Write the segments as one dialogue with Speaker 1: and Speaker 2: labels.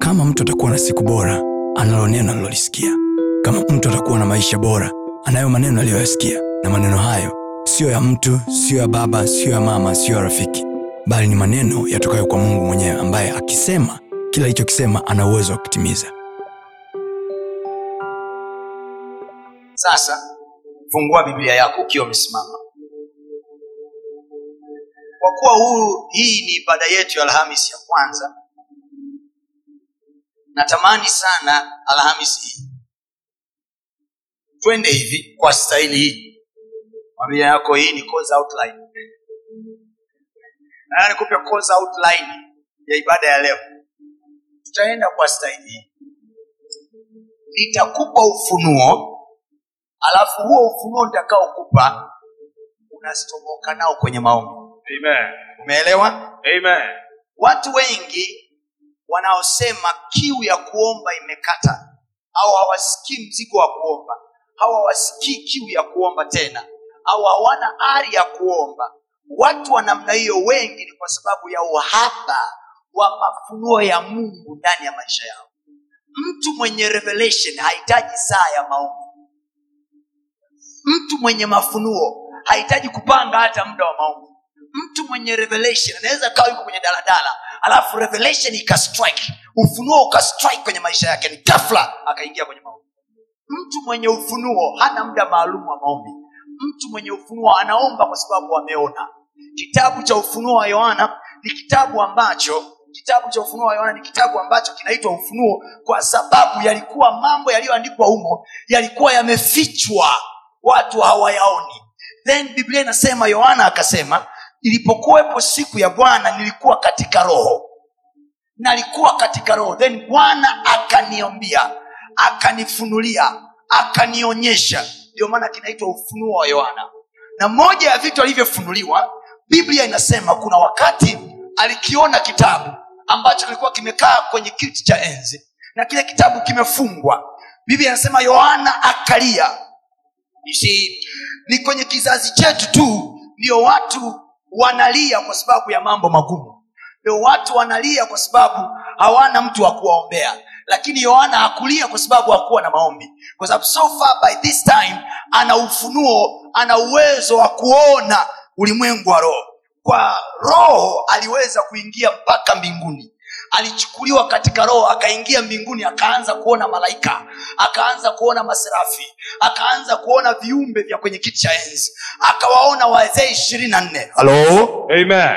Speaker 1: Kama mtu atakuwa na siku bora, analo neno alilolisikia. Kama mtu atakuwa na maisha bora, anayo maneno aliyoyasikia, na maneno hayo siyo ya mtu, siyo ya baba, siyo ya mama, siyo ya rafiki, bali ni maneno yatokayo kwa Mungu mwenyewe, ambaye akisema kila alichokisema ana uwezo wa kutimiza.
Speaker 2: sasa fungua biblia yako ukiwa umesimama kwa kuwa huu hii ni ibada yetu ya alhamis ya kwanza natamani sana alhamis hii twende hivi kwa staili hii familia yako hii ni course outline Nataka nikupe course outline ya ibada ya leo tutaenda kwa staili hii nitakupa ufunuo alafu huo ufunuo nitakaokupa unastomoka nao kwenye maombi
Speaker 3: Amen.
Speaker 2: umeelewa
Speaker 3: Amen.
Speaker 2: watu wengi wanaosema kiu ya kuomba imekata au hawasikii mzigo wa kuomba au hawasikii kiu ya kuomba tena au hawana ari ya kuomba watu wa namna hiyo wengi ni kwa sababu ya uhaba wa mafunuo ya mungu ndani ya maisha yao mtu mwenye revelation hahitaji saa ya maombi mtu mwenye mafunuo hahitaji kupanga hata muda wa maombi mtu mwenye revelation anaweza kawa yuko kwenye daladala alafu revelation ikastrike ufunuo ukastrike kwenye maisha yake ni ghafla akaingia kwenye maombi mtu mwenye ufunuo hana muda maalum wa maombi mtu mwenye ufunuo anaomba kwa sababu ameona kitabu cha ufunuo wa yohana ni kitabu ambacho kitabu cha ufunuo wa yohana ni kitabu ambacho kinaitwa ufunuo kwa sababu yalikuwa mambo yaliyoandikwa humo yalikuwa yamefichwa watu hawayaoni then biblia inasema yohana akasema ilipokuwepo siku ya bwana nilikuwa katika roho nalikuwa katika roho then bwana akaniambia akanifunulia akanionyesha ndio maana kinaitwa ufunuo wa yohana na moja ya vitu alivyofunuliwa biblia inasema kuna wakati alikiona kitabu ambacho kilikuwa kimekaa kwenye kiti cha enzi na kile kitabu kimefungwa biblia inasema yohana akalia You see, ni kwenye kizazi chetu tu ndio watu wanalia kwa sababu ya mambo magumu ndio watu wanalia kwa sababu hawana mtu wa kuwaombea lakini yohana hakulia kwa sababu hakuwa na maombi kwa sababu so far by this time ana ufunuo ana uwezo wa kuona ulimwengu wa roho kwa roho aliweza kuingia mpaka mbinguni alichukuliwa katika roho akaingia mbinguni akaanza kuona malaika akaanza kuona maserafi akaanza kuona viumbe vya kwenye kiti cha enzi akawaona wazee ishirini na nne halo
Speaker 3: Amen.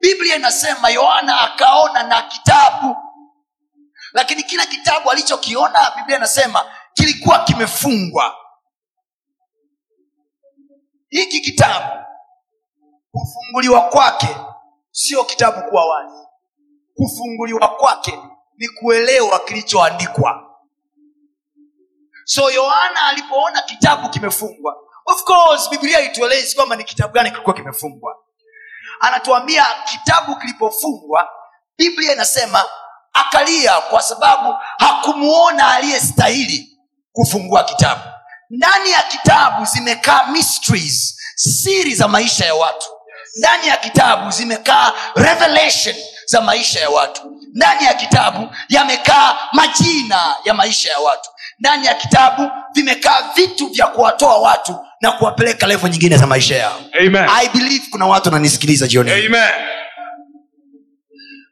Speaker 2: biblia inasema yohana akaona na kitabu lakini kila kitabu alichokiona biblia inasema kilikuwa kimefungwa hiki kitabu kufunguliwa kwake sio kitabu kuwa wazi kufunguliwa kwake ni kuelewa kilichoandikwa so yohana alipoona kitabu kimefungwa of course biblia ituelezi kwamba ni kitabu gani kilikuwa kimefungwa anatuambia kitabu kilipofungwa biblia inasema akalia kwa sababu hakumuona aliyestahili kufungua kitabu ndani ya kitabu zimekaa mysteries siri za maisha ya watu ndani ya kitabu zimekaa revelation za maisha ya watu ndani ya kitabu yamekaa majina ya maisha ya watu ndani ya kitabu vimekaa vitu vya kuwatoa watu na kuwapeleka levo nyingine za maisha yao
Speaker 3: Amen.
Speaker 2: i believe kuna watu wananisikiliza jioni hii.
Speaker 3: Amen.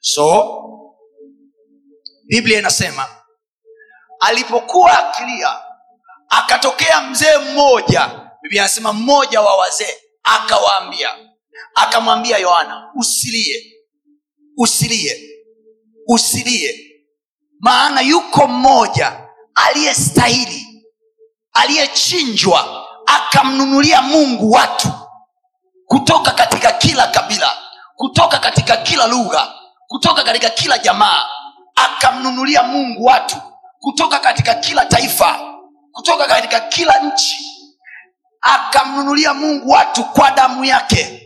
Speaker 2: so biblia inasema alipokuwa akilia akatokea mzee mmoja biblia inasema mmoja wa wazee akawaambia akamwambia yohana usilie usilie usilie maana yuko mmoja aliyestahili aliyechinjwa akamnunulia mungu watu kutoka katika kila kabila kutoka katika kila lugha kutoka katika kila jamaa akamnunulia mungu watu kutoka katika kila taifa kutoka katika kila nchi akamnunulia mungu watu kwa damu yake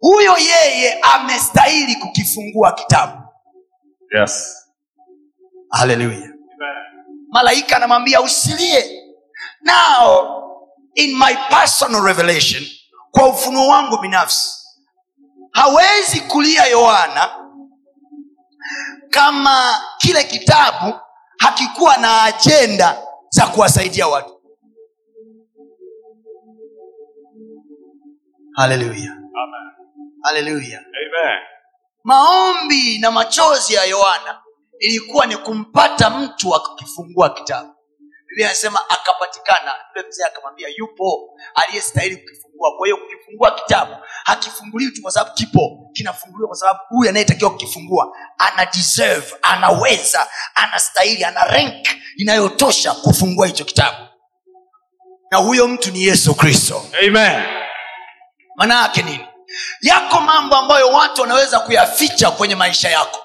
Speaker 2: huyo yeye amestahili kukifungua kitabu
Speaker 3: Yes.
Speaker 2: haleluya
Speaker 3: Amen.
Speaker 2: malaika anamwambia usilie now in my personal revelation kwa ufunuo wangu binafsi hawezi kulia yohana kama kile kitabu hakikuwa na ajenda za kuwasaidia watu haleluya
Speaker 3: Amen.
Speaker 2: haleluya
Speaker 3: Amen.
Speaker 2: maombi na machozi ya yohana ilikuwa ni kumpata mtu akifungua kitabu biblia anasema akapatikana yule mzee akamwambia yupo aliyestahili kukifungua kwa hiyo kukifungua kitabu hakifunguliwi tu kwa sababu kipo kinafunguliwa kwa sababu huyu anayetakiwa kukifungua ana deserve anaweza anastahili ana rank inayotosha kufungua hicho kitabu na huyo mtu ni yesu kristo
Speaker 3: Amen.
Speaker 2: maana yake nini yako mambo ambayo watu wanaweza kuyaficha kwenye maisha yako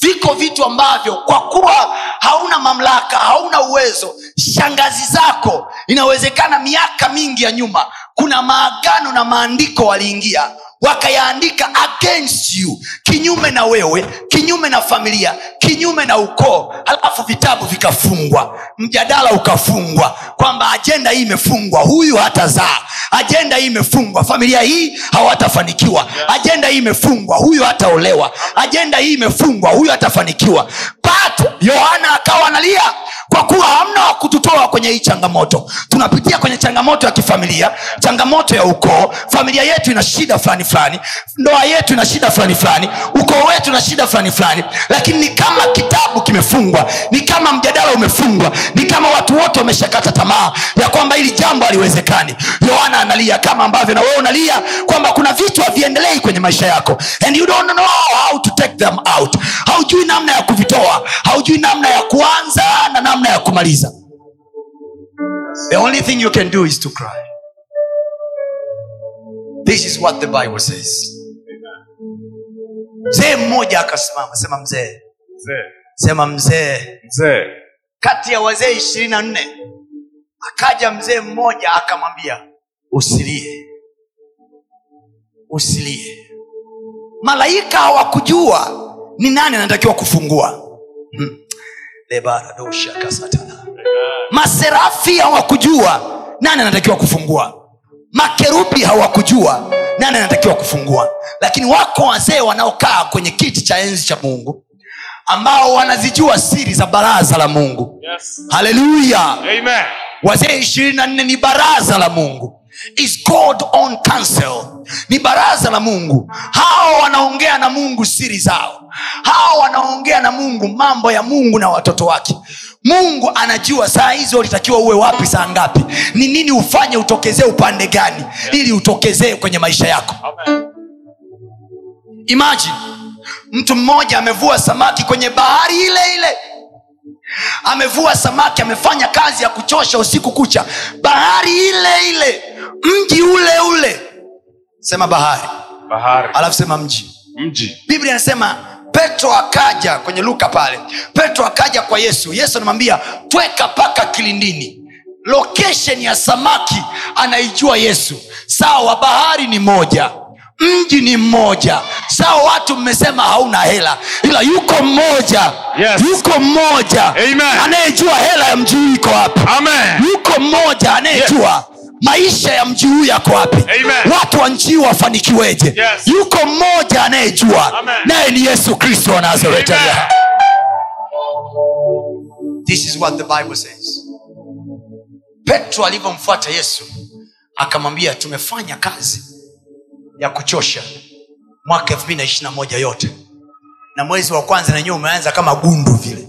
Speaker 2: viko vitu ambavyo kwa kuwa hauna mamlaka hauna uwezo shangazi zako inawezekana miaka mingi ya nyuma kuna maagano na maandiko waliingia wakayaandika against you kinyume na wewe kinyume na familia kinyume na ukoo halafu vitabu vikafungwa mjadala ukafungwa kwamba ajenda hii imefungwa huyu hatazaa ajenda hii imefungwa familia hii hawatafanikiwa ajenda hii imefungwa huyu hataolewa ajenda hii imefungwa huyu hatafanikiwa but yohana akawa analia kwa kuwa hamna wa kututoa kwenye hii changamoto tunapitia kwenye changamoto ya kifamilia changamoto ya ukoo familia yetu ina shida fulani fulani ndoa yetu ina shida fulani fulani ukoo wetu na shida fulani fulani lakini ni kama kitabu kimefungwa ni kama mjadala umefungwa ni kama watu wote wameshakata tamaa ya kwamba hili jambo haliwezekani yohana analia kama ambavyo na wewe unalia kwamba kuna vitu haviendelei kwenye maisha yako and you don't know how to take them out haujui namna ya kuvitoa haujui namna ya kuanza na namna ya kumaliza the only thing you can do is to cry this is what the bible says mzee mmoja akasimama sema mzee
Speaker 3: Mzee.
Speaker 2: sema mzee
Speaker 3: Mzee.
Speaker 2: kati ya wazee ishirini na nne akaja mzee mmoja akamwambia usilie usilie malaika hawakujua ni nani anatakiwa kufungua Hmm. Lebaradoshaka satana. maserafi hawakujua nani anatakiwa kufungua makerubi hawakujua nani anatakiwa kufungua lakini wako wazee wanaokaa kwenye kiti cha enzi cha mungu ambao wanazijua siri za baraza la mungu
Speaker 3: Yes.
Speaker 2: haleluya
Speaker 3: Amen.
Speaker 2: wazee ishirini na nne ni baraza la mungu It's called on council ni baraza la mungu hao wanaongea na mungu siri zao hao wanaongea na mungu mambo ya mungu na watoto wake mungu anajua saa hizi walitakiwa uwe wapi saa ngapi ni nini ufanye utokezee upande gani ili utokezee kwenye maisha yako
Speaker 3: Amen.
Speaker 2: imagine mtu mmoja amevua samaki kwenye bahari ile ile amevua samaki amefanya kazi ya kuchosha usiku kucha bahari ile ile mji ule ule sema bahari
Speaker 3: Bahari.
Speaker 2: alafu sema mji
Speaker 3: Mji.
Speaker 2: biblia inasema petro akaja kwenye luka pale petro akaja kwa yesu yesu anamwambia tweka paka kilindini location ya samaki anaijua yesu sawa bahari ni moja mji ni mmoja sawa watu mmesema hauna hela ila yuko mmoja
Speaker 3: Yes.
Speaker 2: yuko mmoja
Speaker 3: Amen.
Speaker 2: anayejua hela ya mji huu iko wapi
Speaker 3: Amen.
Speaker 2: yuko mmoja anayejua yes maisha ya mji huu yako wapi
Speaker 3: Amen.
Speaker 2: watu wa nchi hii wafanikiweje
Speaker 3: Yes.
Speaker 2: yuko mmoja anayejua
Speaker 3: Amen.
Speaker 2: naye ni yesu kristo wa nazareti
Speaker 3: Amen.
Speaker 2: aliye- this is what the bible says petro alivyomfuata yesu akamwambia tumefanya kazi ya kuchosha mwaka 221 yote na mwezi wa kwanza nanyewe umeanza kama gundu vile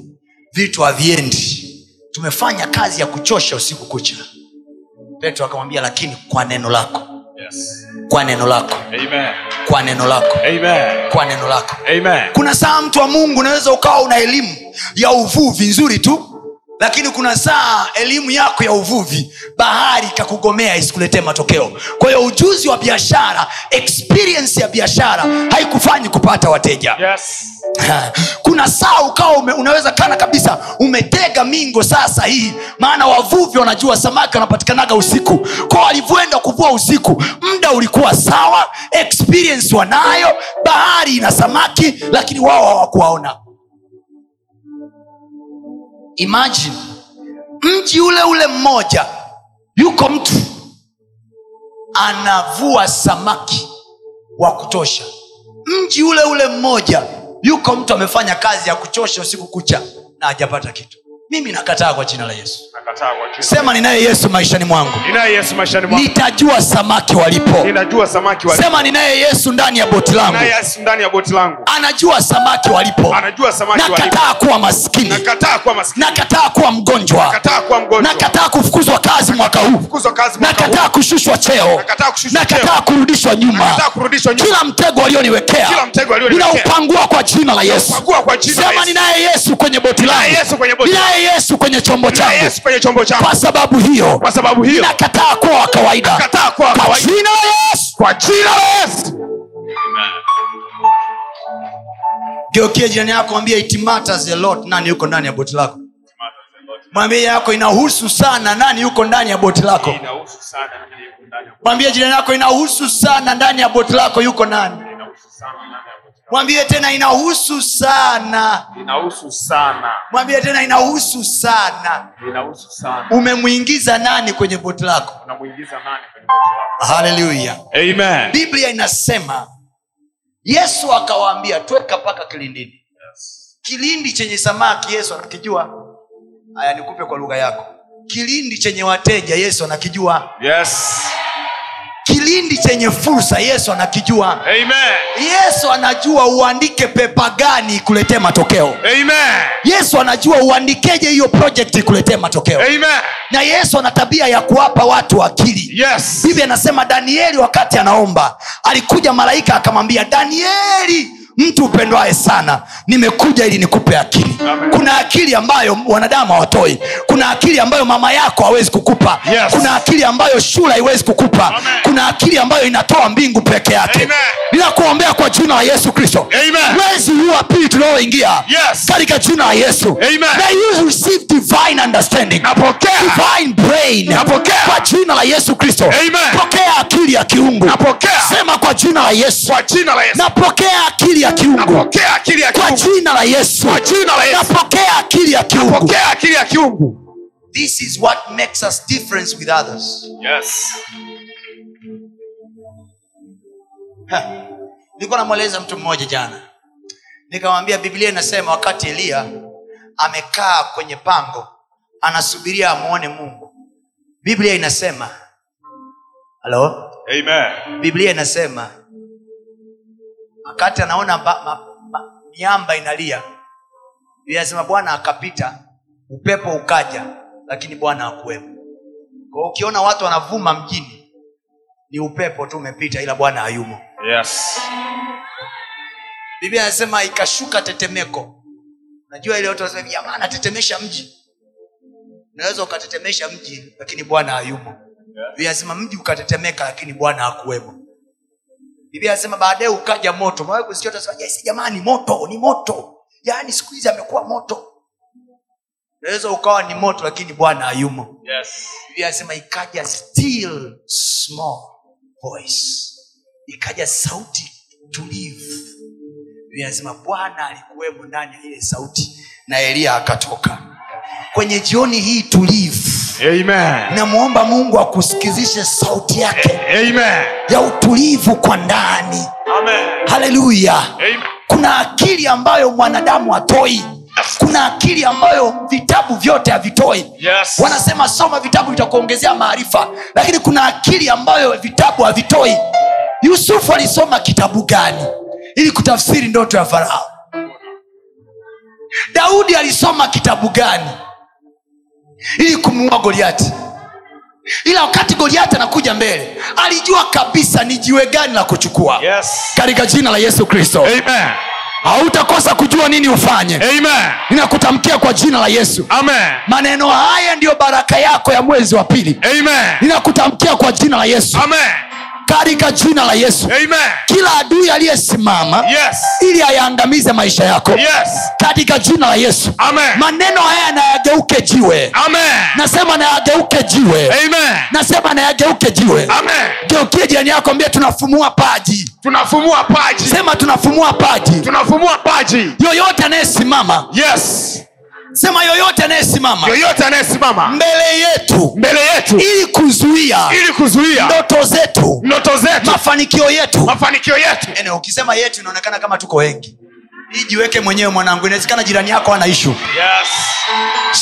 Speaker 2: vitu haviendi tumefanya kazi ya kuchosha usiku kucha petro akamwambia lakini kwa neno lako
Speaker 3: Yes.
Speaker 2: kwa neno lako
Speaker 3: Amen.
Speaker 2: kwa neno lako
Speaker 3: Amen.
Speaker 2: kwa neno lako
Speaker 3: Amen.
Speaker 2: kuna saa mtu wa mungu unaweza ukawa una elimu ya uvuvi nzuri tu lakini kuna saa elimu yako ya uvuvi bahari ikakugomea isikuletee matokeo kwa hiyo ujuzi wa biashara experience ya biashara haikufanyi kupata wateja
Speaker 3: Yes.
Speaker 2: kuna saa ukawa ume, unaweza kana kabisa umetega mingo saa sahihi maana wavuvi wanajua samaki wanapatikanaga usiku kwa walivyoenda kuvua usiku muda ulikuwa sawa experience wanayo bahari ina samaki lakini wao hawakuwaona imagine mji ule ule mmoja yuko mtu anavua samaki wa kutosha mji ule ule mmoja yuko mtu amefanya kazi ya kuchosha usiku kucha na hajapata kitu mimi nakataa kwa jina la yesu
Speaker 3: nakataa kwa jina
Speaker 2: sema ninaye yesu maishani mwangu
Speaker 3: ninaye yesu maishani mwangu
Speaker 2: nitajua samaki walipo
Speaker 3: ninajua samaki wa
Speaker 2: sema ninaye yesu ndani ya boti
Speaker 3: ninaye
Speaker 2: langu
Speaker 3: yesu ndani ya boti langu
Speaker 2: anajua samaki walipo
Speaker 3: anajua samaki walipo
Speaker 2: Oh. nakataa kuwa maskini
Speaker 3: nakataa kuwa maskini
Speaker 2: nakataa kuwa mgonjwa
Speaker 3: nakataa kuwa mgonjwa
Speaker 2: nakataa kufukuzwa kazi mwaka huu
Speaker 3: kufukuzwa kazi mwaka huu
Speaker 2: nakataa kushushwa cheo
Speaker 3: nakataa kushushwa
Speaker 2: nakataa
Speaker 3: cheo
Speaker 2: kurudishwa nyuma
Speaker 3: nakataa kurudishwa nyuma
Speaker 2: kila mtego alioniwekea
Speaker 3: Kila mtego alioniwekea.
Speaker 2: ninaupangua kwa jina la yesu
Speaker 3: Pagua kwa jina la
Speaker 2: sema
Speaker 3: Yesu
Speaker 2: ninaye yesu kwenye boti langu
Speaker 3: Ninaye Yesu kwenye boti
Speaker 2: ninaye yesu kwenye chombo
Speaker 3: Ninaye
Speaker 2: changu
Speaker 3: Yesu kwenye chombo changu
Speaker 2: kwa sababu hiyo
Speaker 3: kwa sababu hiyo
Speaker 2: nakataa kuwa wa kawaida
Speaker 3: nakataa kuwa
Speaker 2: kwa
Speaker 3: kawaida
Speaker 2: jina la yesu
Speaker 3: kwa jina la Yesu
Speaker 2: geukie jirani yako mwambie it matters a lot nani yuko ndani ya boti lako mwambie yako inahusu sana nani yuko ndani ya boti lako
Speaker 3: inahusu sana na yuko ndani ya-
Speaker 2: mwambie jirani yako inahusu sana ndani ya boti lako yuko nani
Speaker 3: inahusu sana ndani ya boti.
Speaker 2: mwambie tena inahusu sana
Speaker 3: inahusu sana
Speaker 2: mwambie tena inahusu sana
Speaker 3: inahusu sana
Speaker 2: umemwingiza nani kwenye boti lako
Speaker 3: unamuingiza nani kwenye boti lako
Speaker 2: haleluya
Speaker 3: amen
Speaker 2: biblia inasema yesu akawaambia tweka mpaka kilindini
Speaker 3: yes.
Speaker 2: kilindi chenye samaki yesu anakijua haya nikupe kwa lugha yako kilindi chenye wateja yesu anakijua
Speaker 3: yes
Speaker 2: kilindi chenye fursa yesu anakijua
Speaker 3: amen
Speaker 2: yesu anajua uandike pepa gani ikuletee matokeo
Speaker 3: amen
Speaker 2: yesu anajua uandikeje hiyo project ikuletee matokeo
Speaker 3: amen
Speaker 2: na yesu ana tabia ya kuwapa watu akili
Speaker 3: yes
Speaker 2: biblia anasema danieli wakati anaomba alikuja malaika akamwambia danieli mtu upendwaye sana nimekuja ili nikupe akili
Speaker 3: Amen.
Speaker 2: kuna akili ambayo wanadamu hawatoi kuna akili ambayo mama yako hawezi kukupa
Speaker 3: Yes.
Speaker 2: kuna akili ambayo shule haiwezi kukupa
Speaker 3: Amen.
Speaker 2: kuna akili ambayo inatoa mbingu peke yake
Speaker 3: Amen.
Speaker 2: ninakuombea kwa jina la yesu kristo
Speaker 3: Amen.
Speaker 2: mwezi huu wa pili tunaoingia
Speaker 3: Yes.
Speaker 2: katika jina la yesu
Speaker 3: Amen.
Speaker 2: May you receive divine understanding
Speaker 3: Napokea.
Speaker 2: divine brain
Speaker 3: Napokea.
Speaker 2: kwa jina la yesu kristo
Speaker 3: Amen.
Speaker 2: pokea akili ya kiungu
Speaker 3: Napokea.
Speaker 2: sema kwa jina la yesu
Speaker 3: kwa jina la Yesu
Speaker 2: napokea akili ya kiungu
Speaker 3: napokea akili ya
Speaker 2: kwa
Speaker 3: kiungu
Speaker 2: jina la yesu
Speaker 3: Kwa jina la Yesu.
Speaker 2: napokea akili ya kiungu
Speaker 3: pokea akili ya kiungu
Speaker 2: this is what makes us difference with others
Speaker 3: yes
Speaker 2: nilikuwa namweleza mtu mmoja jana nikamwambia biblia inasema wakati eliya amekaa kwenye pango anasubiria amwone mungu biblia inasema halo
Speaker 3: amen
Speaker 2: biblia inasema wakati anaona ba- ma- ma- miamba inalia biblia inasema bwana akapita upepo ukaja lakini bwana hakuwepo kwa hiyo ukiona watu wanavuma mjini ni upepo tu umepita ila bwana hayumo
Speaker 3: yes
Speaker 2: biblia inasema ikashuka tetemeko najua ile watu wanasema jamaa anatetemesha mji unaweza ukatetemesha mji lakini bwana hayumo biblia inasema mji ukatetemeka lakini bwana hakuwemo biblia inasema baadaye ukaja moto Umewahi kusikia watu wanasema, "Yes, jamaa ni moto ni moto yaani siku hizi amekuwa moto unaweza ukawa ni moto lakini bwana hayumo
Speaker 3: yes
Speaker 2: biblia inasema ikaja still small voice ikaja sauti tulivu biblia inasema bwana alikuwemo ndani ya ile sauti na eliya akatoka kwenye jioni hii tulivu
Speaker 3: amen
Speaker 2: namwomba mungu akusikizishe sauti yake
Speaker 3: amen
Speaker 2: ya utulivu kwa ndani
Speaker 3: amen
Speaker 2: haleluya
Speaker 3: amen
Speaker 2: kuna akili ambayo mwanadamu hatoi kuna akili ambayo vitabu vyote havitoi
Speaker 3: Yes.
Speaker 2: wanasema soma vitabu vitakuongezea maarifa lakini kuna akili ambayo vitabu havitoi yusufu alisoma kitabu gani ili kutafsiri ndoto ya farao daudi alisoma kitabu gani ili kumuua goliati ila wakati goliati anakuja mbele alijua kabisa ni jiwe gani la kuchukua
Speaker 3: yes
Speaker 2: katika jina la yesu kristo
Speaker 3: amen
Speaker 2: hautakosa kujua nini ufanye
Speaker 3: amen
Speaker 2: ninakutamkia kwa jina la yesu
Speaker 3: amen
Speaker 2: maneno haya ndiyo baraka yako ya mwezi wa pili
Speaker 3: amen
Speaker 2: ninakutamkia kwa jina la yesu
Speaker 3: amen
Speaker 2: katika jina la yesu
Speaker 3: amen
Speaker 2: kila adui aliyesimama
Speaker 3: yes
Speaker 2: ili ayaangamize maisha yako
Speaker 3: yes
Speaker 2: katika jina la yesu
Speaker 3: amen
Speaker 2: maneno haya nayageuke jiwe
Speaker 3: amen
Speaker 2: nasema nayageuke jiwe
Speaker 3: amen
Speaker 2: nasema nayageuke jiwe
Speaker 3: amen
Speaker 2: geukie jirani yako ambia tunafumua paji
Speaker 3: tunafumua paji
Speaker 2: sema tunafumua paji
Speaker 3: tunafumua paji
Speaker 2: yoyote anayesimama
Speaker 3: yes
Speaker 2: sema yoyote anayesimama
Speaker 3: yoyote anayesimama
Speaker 2: mbele yetu
Speaker 3: mbele yetu
Speaker 2: ili kuzuia
Speaker 3: ili kuzuia
Speaker 2: ndoto zetu
Speaker 3: ndoto zetu
Speaker 2: mafanikio yetu
Speaker 3: mafanikio yetu
Speaker 4: Yaani,
Speaker 2: Ene, ukisema yetu inaonekana kama tuko wengi
Speaker 4: hii jiweke mwenyewe mwanangu inawezekana jirani yako ana ishu
Speaker 3: yes.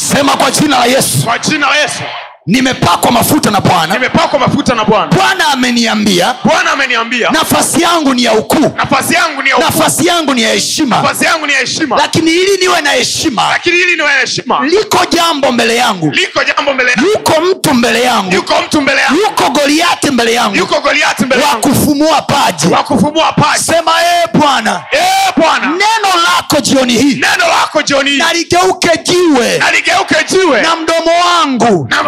Speaker 2: sema kwa jina la yesu
Speaker 3: kwa jina la yesu
Speaker 2: nimepakwa mafuta na bwana
Speaker 3: nimepakwa mafuta na bwana
Speaker 2: bwana ameniambia
Speaker 3: bwana ameniambia
Speaker 2: nafasi yangu ni ya ukuu
Speaker 3: nafasi yangu ni ya ukuu.
Speaker 2: nafasi yangu ni ya heshima
Speaker 3: nafasi yangu ni ya heshima
Speaker 2: lakini ili niwe na heshima
Speaker 3: lakini hili ni la heshima
Speaker 2: liko jambo mbele yangu
Speaker 3: liko jambo mbele yangu
Speaker 2: yuko mtu mbele yangu
Speaker 3: yuko mtu mbele yangu
Speaker 2: yuko goliati mbele yangu
Speaker 3: yuko goliati mbele
Speaker 2: wa
Speaker 3: yangu
Speaker 2: kufumua paji
Speaker 3: wa kufumua paji
Speaker 2: sema ee bwana
Speaker 3: Eh, bwana
Speaker 2: neno lako jioni hii
Speaker 3: neno lako jioni hii
Speaker 2: na ligeuke jiwe
Speaker 3: na ligeuke jiwe
Speaker 2: na mdomo wangu
Speaker 3: na,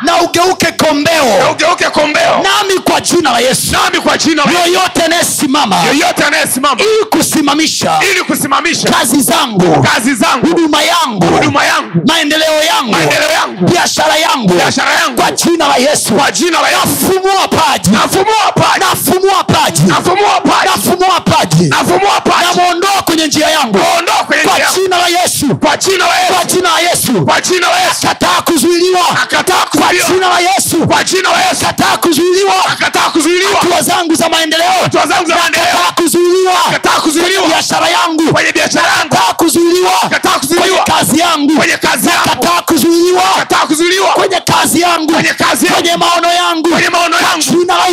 Speaker 2: na ugeuke
Speaker 3: na
Speaker 2: kombeo
Speaker 3: ugeuke kombeo
Speaker 2: nami kwa jina la yesu
Speaker 3: nami kwa jina la-
Speaker 2: yoyote anayesimama
Speaker 3: yoyote anayesimama
Speaker 2: ili kusimamisha
Speaker 3: ili kusimamisha
Speaker 2: kazi zangu
Speaker 3: kazi zangu
Speaker 2: huduma yangu
Speaker 3: huduma yangu
Speaker 2: maendeleo yangu
Speaker 3: maendeleo yangu
Speaker 2: biashara yangu
Speaker 3: biashara yangu
Speaker 2: kwa jina la yesu
Speaker 3: kwa jina la yesu
Speaker 2: nafumua paji
Speaker 3: nafumua paji
Speaker 2: nafumua paji
Speaker 3: nafumua paji
Speaker 2: nafumua paji
Speaker 3: nafumua paji
Speaker 2: namwondoa kwenye njia yangu
Speaker 3: ondoa kwenye
Speaker 2: kwa
Speaker 3: njia yangu.
Speaker 2: jina la yesu
Speaker 3: kwa jina la yesu
Speaker 2: kwa jina la yesu
Speaker 3: kwa jina la yesu
Speaker 2: kataa kuzuiliwa
Speaker 3: akataa
Speaker 2: kwa
Speaker 3: kuzuiliwa
Speaker 2: jina la yesu
Speaker 3: kwa jina la yesu
Speaker 2: kataa kuzuiliwa
Speaker 3: akataa kuzuiliwa
Speaker 2: hatua zangu za maendeleo
Speaker 3: hatua zangu za maendeleo
Speaker 2: kataa kuzuiliwa
Speaker 3: Kataa kuzuiliwa.
Speaker 2: biashara yangu
Speaker 3: kwenye biashara yangu
Speaker 2: kataa kuzuiliwa
Speaker 3: Kataa kuzuiliwa.
Speaker 2: kwenye kazi yangu
Speaker 3: kwenye kazi yangu
Speaker 2: kataa kuzuiliwa
Speaker 3: akataa kuzuiliwa
Speaker 2: kwenye kazi yangu
Speaker 3: kwenye kazi yangu
Speaker 2: kwenye maono yangu
Speaker 3: kwenye maono yangu
Speaker 2: jina la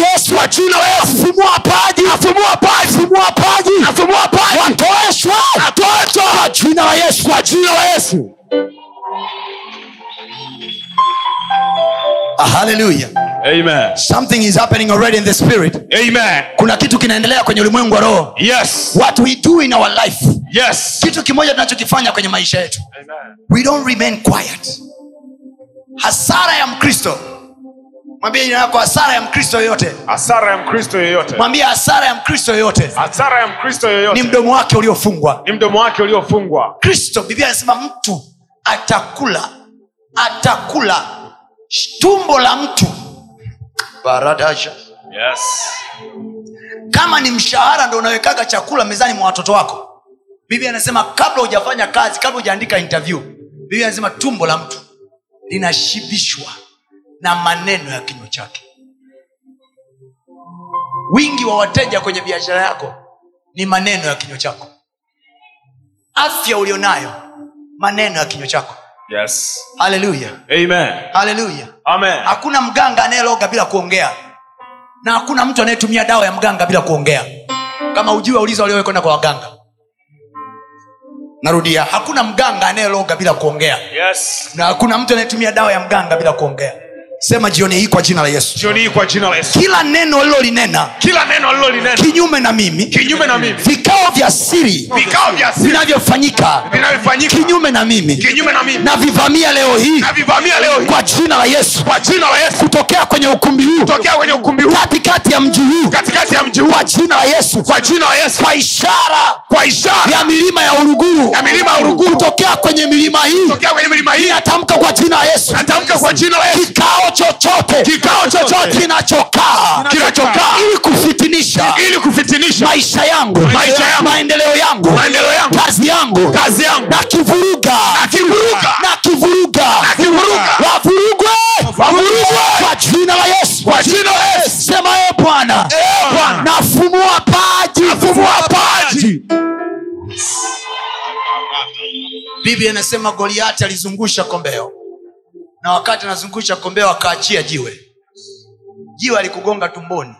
Speaker 2: yesu fumua paji fumua paji fumua paji fumua paji watoeshwa watoeshwa kwa jina la yesu kwa jina la yesu Ah, hallelujah
Speaker 3: amen
Speaker 2: something is happening already in the spirit
Speaker 3: amen
Speaker 2: kuna kitu kinaendelea kwenye ulimwengu wa roho
Speaker 3: yes
Speaker 2: what we do in our life
Speaker 3: yes
Speaker 2: kitu kimoja tunachokifanya kwenye maisha yetu
Speaker 3: amen
Speaker 2: we don't remain quiet hasara ya mkristo mwambie jina yako hasara ya mkristo yoyote
Speaker 3: hasara ya mkristo yoyote
Speaker 2: mwambie hasara ya mkristo yoyote
Speaker 3: hasara ya mkristo
Speaker 2: ni
Speaker 3: yoyote
Speaker 2: mdomo wake uliofungwa
Speaker 3: ni mdomo wake uliofungwa
Speaker 2: kristo biblia anasema mtu atakula atakula tumbo la mtu Baradasha.
Speaker 3: yes
Speaker 2: kama ni mshahara ndo unawekaga chakula mezani mwa watoto wako biblia anasema kabla hujafanya kazi kabla hujaandika interview biblia anasema tumbo la mtu linashibishwa na maneno ya kinywa chake wingi wa wateja kwenye biashara yako ni maneno ya kinywa chako afya ulionayo maneno ya kinywa chako
Speaker 3: yes
Speaker 2: haleluya
Speaker 3: amen
Speaker 2: haleluya
Speaker 3: amen
Speaker 2: hakuna mganga anayeloga bila kuongea na hakuna mtu anayetumia dawa ya mganga bila kuongea kama ujue uliza waliowahi kwenda kwa waganga narudia hakuna mganga anayeloga bila kuongea
Speaker 3: yes
Speaker 2: na hakuna mtu anayetumia dawa ya mganga bila kuongea sema jioni hii kwa jina la yesu
Speaker 3: jioni hii kwa jina la yesu
Speaker 2: kila neno lilolinena
Speaker 3: kila neno alilolinena
Speaker 2: kinyume na mimi
Speaker 3: kinyume na mimi
Speaker 2: vikao vya siri
Speaker 3: vikao vya siri
Speaker 2: vinavyofanyika
Speaker 3: vinavyofanyika
Speaker 2: kinyume na mimi
Speaker 3: kinyume na mimi
Speaker 2: na vivamia leo hii
Speaker 3: na vivamia leo hii
Speaker 2: kwa jina la yesu
Speaker 3: kwa jina la yesu
Speaker 2: kutokea kwenye ukumbi huu
Speaker 3: tokea kwenye ukumbi huu
Speaker 2: katikati ya mji huu
Speaker 3: katikati ya mji huu
Speaker 2: kwa jina la yesu
Speaker 3: kwa jina la yesu
Speaker 2: kwa ishara
Speaker 3: kwa ishara
Speaker 2: ya milima ya uruguru
Speaker 3: Ya milima ya Uluguru.
Speaker 2: kutokea kwenye milima hii
Speaker 3: tokea kwenye milima hii
Speaker 2: inatamka kwa jina la yesu
Speaker 3: natamka kwa jina la yesu
Speaker 2: kikao chochote
Speaker 3: Kikao chochote.
Speaker 2: kinachokaa
Speaker 3: Kinachokaa.
Speaker 2: ili kufitinisha
Speaker 3: ili kufitinisha
Speaker 2: maisha yangu
Speaker 3: Maisha yangu.
Speaker 2: maendeleo yangu
Speaker 3: maendeleo yangu
Speaker 2: kazi yangu
Speaker 3: kazi yangu
Speaker 2: na kivuruga
Speaker 3: kivuruga.
Speaker 2: na kivuruga
Speaker 3: kivuruga.
Speaker 2: wavurugwe kwa jina la yesu kwa jina la yesu sema e
Speaker 1: ee
Speaker 2: bwana
Speaker 3: Bwana.
Speaker 2: nafumua paji
Speaker 3: Nafumua paji.
Speaker 2: biblia inasema goliati alizungusha kombeo na wakati anazungusha kombeo akaachia jiwe jiwe alikugonga tumboni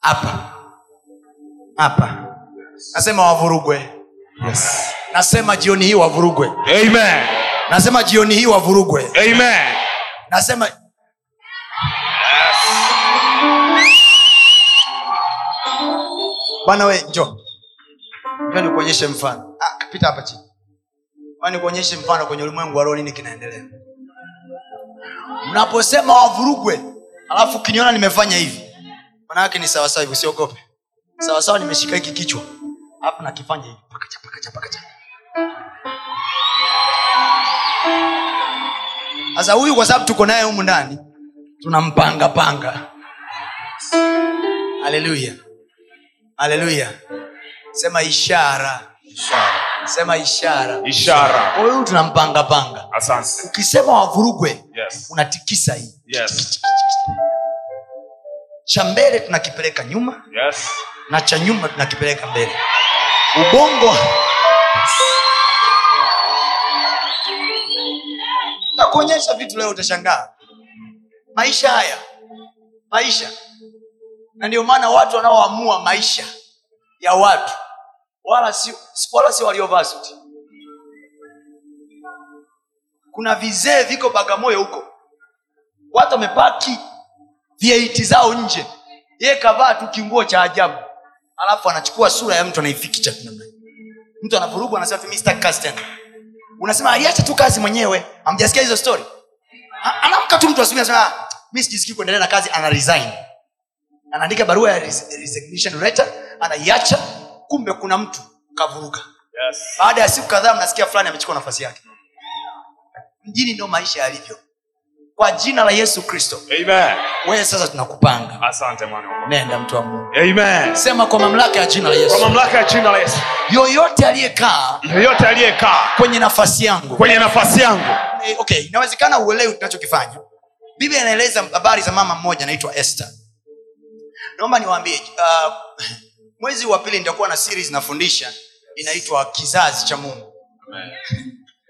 Speaker 2: hapa hapa nasema wavurugwe
Speaker 3: yes.
Speaker 2: nasema jioni hii wavurugwe
Speaker 3: amen
Speaker 2: nasema jioni hii wavurugwe
Speaker 3: amen
Speaker 2: nasema bwana we njo njo nikuonyeshe mfano ah, pita hapa chini a nikuonyeshe mfano kwenye ulimwengu wa roho nini kinaendelea mnaposema wavurugwe alafu ukiniona nimefanya hivi manayake ni sawasawa hivi usiogope sawasawa nimeshika hiki kichwa alafu nakifanya hivi pakacha pakacha pakacha sasa huyu kwa sababu tuko naye humu ndani tunampanga panga haleluya haleluya sema ishara sema ishara
Speaker 3: ishara
Speaker 2: Kwa huyu tunampanga panga
Speaker 3: asante
Speaker 2: ukisema wavurugwe
Speaker 3: yes.
Speaker 2: unatikisa hii
Speaker 3: Yes.
Speaker 2: cha mbele tunakipeleka nyuma
Speaker 3: Yes.
Speaker 2: na cha nyuma tunakipeleka mbele ubongo takuonyesha vitu leo utashangaa maisha haya maisha na ndio maana watu wanaoamua maisha ya watu wala si, wala si waliovaa suti kuna vizee viko bagamoyo huko watu wamepaki vieiti zao nje ye kavaa tu kinguo cha ajabu alafu anachukua sura ya mtu anaifikicha namna hiyo. mtu anavurugwa anasema "Mimi sitaki kazi tena unasema aliacha tu kazi mwenyewe amjasikia hizo story A- anaamka tu mtu asubuhi anasema "Ah, mi sijisikii kuendelea na kazi ana resign anaandika barua ya res- resignation letter anaiacha kumbe kuna mtu kavuruga
Speaker 3: Yes.
Speaker 2: baada ya siku kadhaa mnasikia fulani amechukua nafasi yake mjini ndio maisha yalivyo kwa jina la yesu kristo
Speaker 3: Amen.
Speaker 2: wewe sasa tunakupanga
Speaker 3: asante mwana wa Mungu.
Speaker 2: nenda mtu wa mungu
Speaker 3: Amen.
Speaker 2: sema kwa mamlaka ya jina la
Speaker 3: kwa
Speaker 2: yesu
Speaker 3: mamlaka ya jina la yesu
Speaker 2: yoyote aliyekaa
Speaker 3: yoyote aliyekaa
Speaker 2: kwenye nafasi yangu
Speaker 3: kwenye nafasi yangu
Speaker 2: Eh, okay inawezekana uelewi tunachokifanya biblia inaeleza habari za mama mmoja anaitwa este naomba niwaambie uh, mwezi wa pili nitakuwa na series nafundisha inaitwa kizazi cha mungu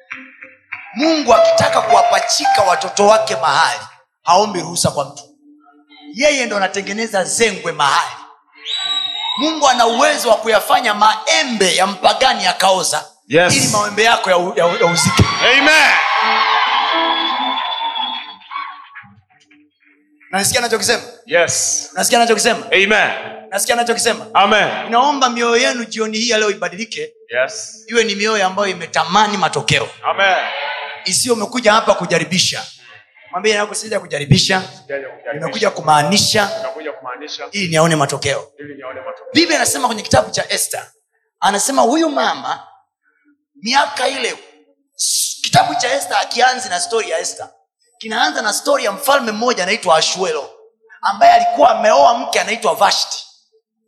Speaker 2: mungu akitaka kuwapachika watoto wake mahali haombi ruhusa kwa mtu yeye ndo anatengeneza zengwe mahali mungu ana uwezo wa kuyafanya maembe ya mpagani yakaoza
Speaker 3: Yes.
Speaker 2: ili maembe yako yauzike ya, ya yauzike.
Speaker 3: Amen.
Speaker 2: nasikia anachokisema
Speaker 3: Yes.
Speaker 2: nasikia anachokisema
Speaker 3: Amen.
Speaker 2: nasikia anachokisema
Speaker 3: Amen.
Speaker 2: naomba mioyo yenu jioni hii ya leo ibadilike
Speaker 3: Yes.
Speaker 2: iwe ni mioyo ambayo imetamani matokeo
Speaker 3: Amen.
Speaker 2: isiyo umekuja hapa kujaribisha mwambie nakusija kujaribisha nimekuja kumaanisha
Speaker 3: Nakuja kumaanisha
Speaker 2: ili niaone matokeo
Speaker 3: ili nione matokeo.
Speaker 2: biblia anasema kwenye kitabu cha este anasema huyu mama miaka ile s- kitabu cha este akianzi na stori ya este kinaanza na stori ya mfalme mmoja anaitwa ashuelo ambaye alikuwa ameoa mke anaitwa vashti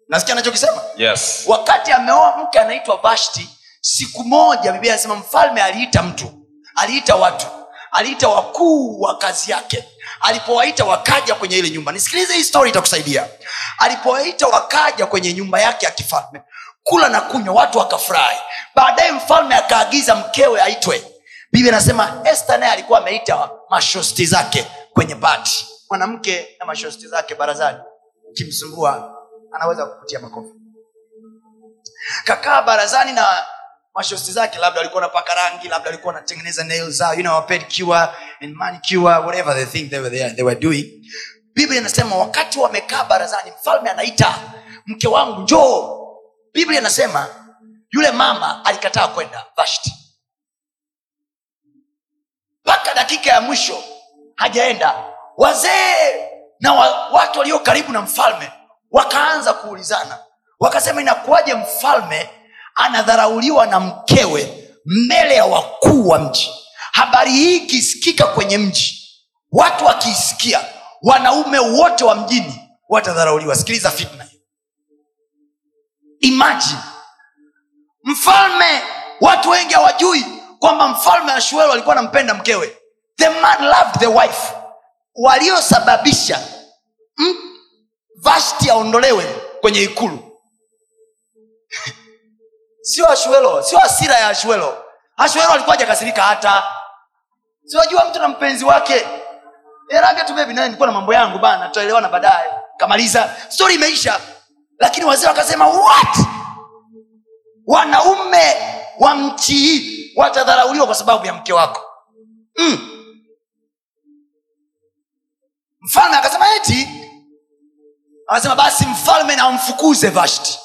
Speaker 2: nasikia anachokisema
Speaker 3: Yes.
Speaker 2: wakati ameoa mke anaitwa vashti siku moja biblia anasema mfalme aliita mtu aliita watu aliita wakuu wa kazi yake alipowaita wakaja kwenye ile nyumba nisikilize hii story itakusaidia alipowaita wakaja kwenye nyumba yake ya kifalme kula na kunywa watu wakafurahi baadaye mfalme akaagiza mkewe aitwe biblia anasema este naye alikuwa ameita mashosti zake kwenye bati mwanamke na mashosti zake barazani kimsumbua anaweza kukutia makofi kakaa barazani na mashosti zake labda walikuwa wanapaka rangi labda walikuwa wanatengeneza nail zao you know, pedicure and manicure whatever the thing they were, there, they were doing biblia inasema wakati wamekaa barazani mfalme anaita mke wangu njoo biblia inasema yule mama alikataa kwenda vashti mpaka dakika ya mwisho hajaenda wazee na wa, watu walio karibu na mfalme wakaanza kuulizana wakasema inakuwaje mfalme anadharauliwa na mkewe mbele ya wakuu wa mji habari hii ikisikika kwenye mji watu wakiisikia wanaume wote wa mjini watadharauliwa sikiliza fitna hii. imagine mfalme watu wengi hawajui kwamba mfalme ashuelo alikuwa anampenda mkewe the man loved the wife waliosababisha m- vashti aondolewe kwenye ikulu sio ashuelo sio asira ya ashuelo ashuelo alikuwa hajakasirika hata siwajua mtu na mpenzi wake erage tu bebi naye nilikuwa na mambo yangu bana tutaelewana baadaye kamaliza stori imeisha lakini wazee wakasema what wanaume wa nchi hii watadharauliwa kwa sababu ya mke wako mm. mfalme akasema eti anasema basi mfalme na amfukuze vashti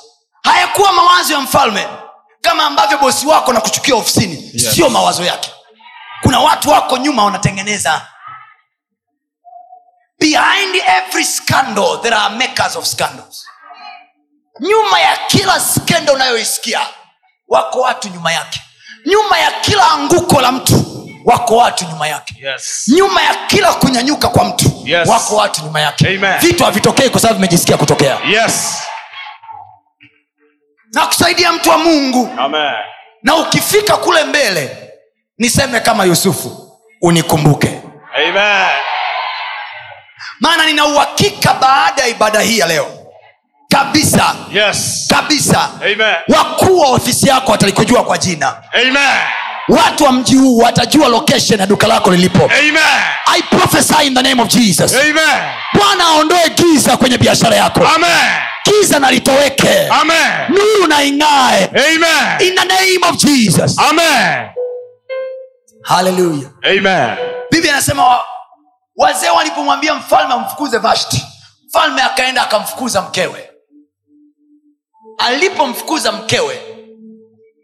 Speaker 2: hayakuwa mawazo ya mfalme kama ambavyo bosi wako na kuchukia ofisini yes. sio mawazo yake kuna watu wako nyuma wanatengeneza behind every scandal there are makers of scandals nyuma ya kila skendo unayoisikia wako watu nyuma yake nyuma ya kila anguko la mtu wako watu nyuma yake
Speaker 3: Yes.
Speaker 2: nyuma ya kila kunyanyuka kwa mtu
Speaker 3: Yes.
Speaker 2: wako watu nyuma yake
Speaker 3: Amen.
Speaker 2: vitu havitokei kwa sababu vimejisikia kutokea
Speaker 3: Yes.
Speaker 2: na kusaidia mtu wa mungu
Speaker 3: Amen.
Speaker 2: na ukifika kule mbele niseme kama yusufu unikumbuke
Speaker 3: Amen.
Speaker 2: maana nina uhakika baada ya ibada hii ya leo kabisa
Speaker 3: Yes.
Speaker 2: kabisa
Speaker 3: Amen.
Speaker 2: wakuu wa ofisi yako watalikujua kwa jina
Speaker 3: Amen.
Speaker 2: watu wa mji huu watajua location ya duka lako lilipo
Speaker 3: Amen.
Speaker 2: i prophesy in the name of jesus
Speaker 3: Amen.
Speaker 2: bwana aondoe giza kwenye biashara yako
Speaker 3: Amen.
Speaker 2: giza nalitoweke
Speaker 3: Amen.
Speaker 2: nuru na ing'ae
Speaker 3: Amen.
Speaker 2: in the name of jesus
Speaker 3: Amen.
Speaker 2: haleluya
Speaker 3: Amen.
Speaker 2: biblia anasema wa- wazee walipomwambia mfalme amfukuze vashti mfalme akaenda akamfukuza mkewe alipomfukuza mkewe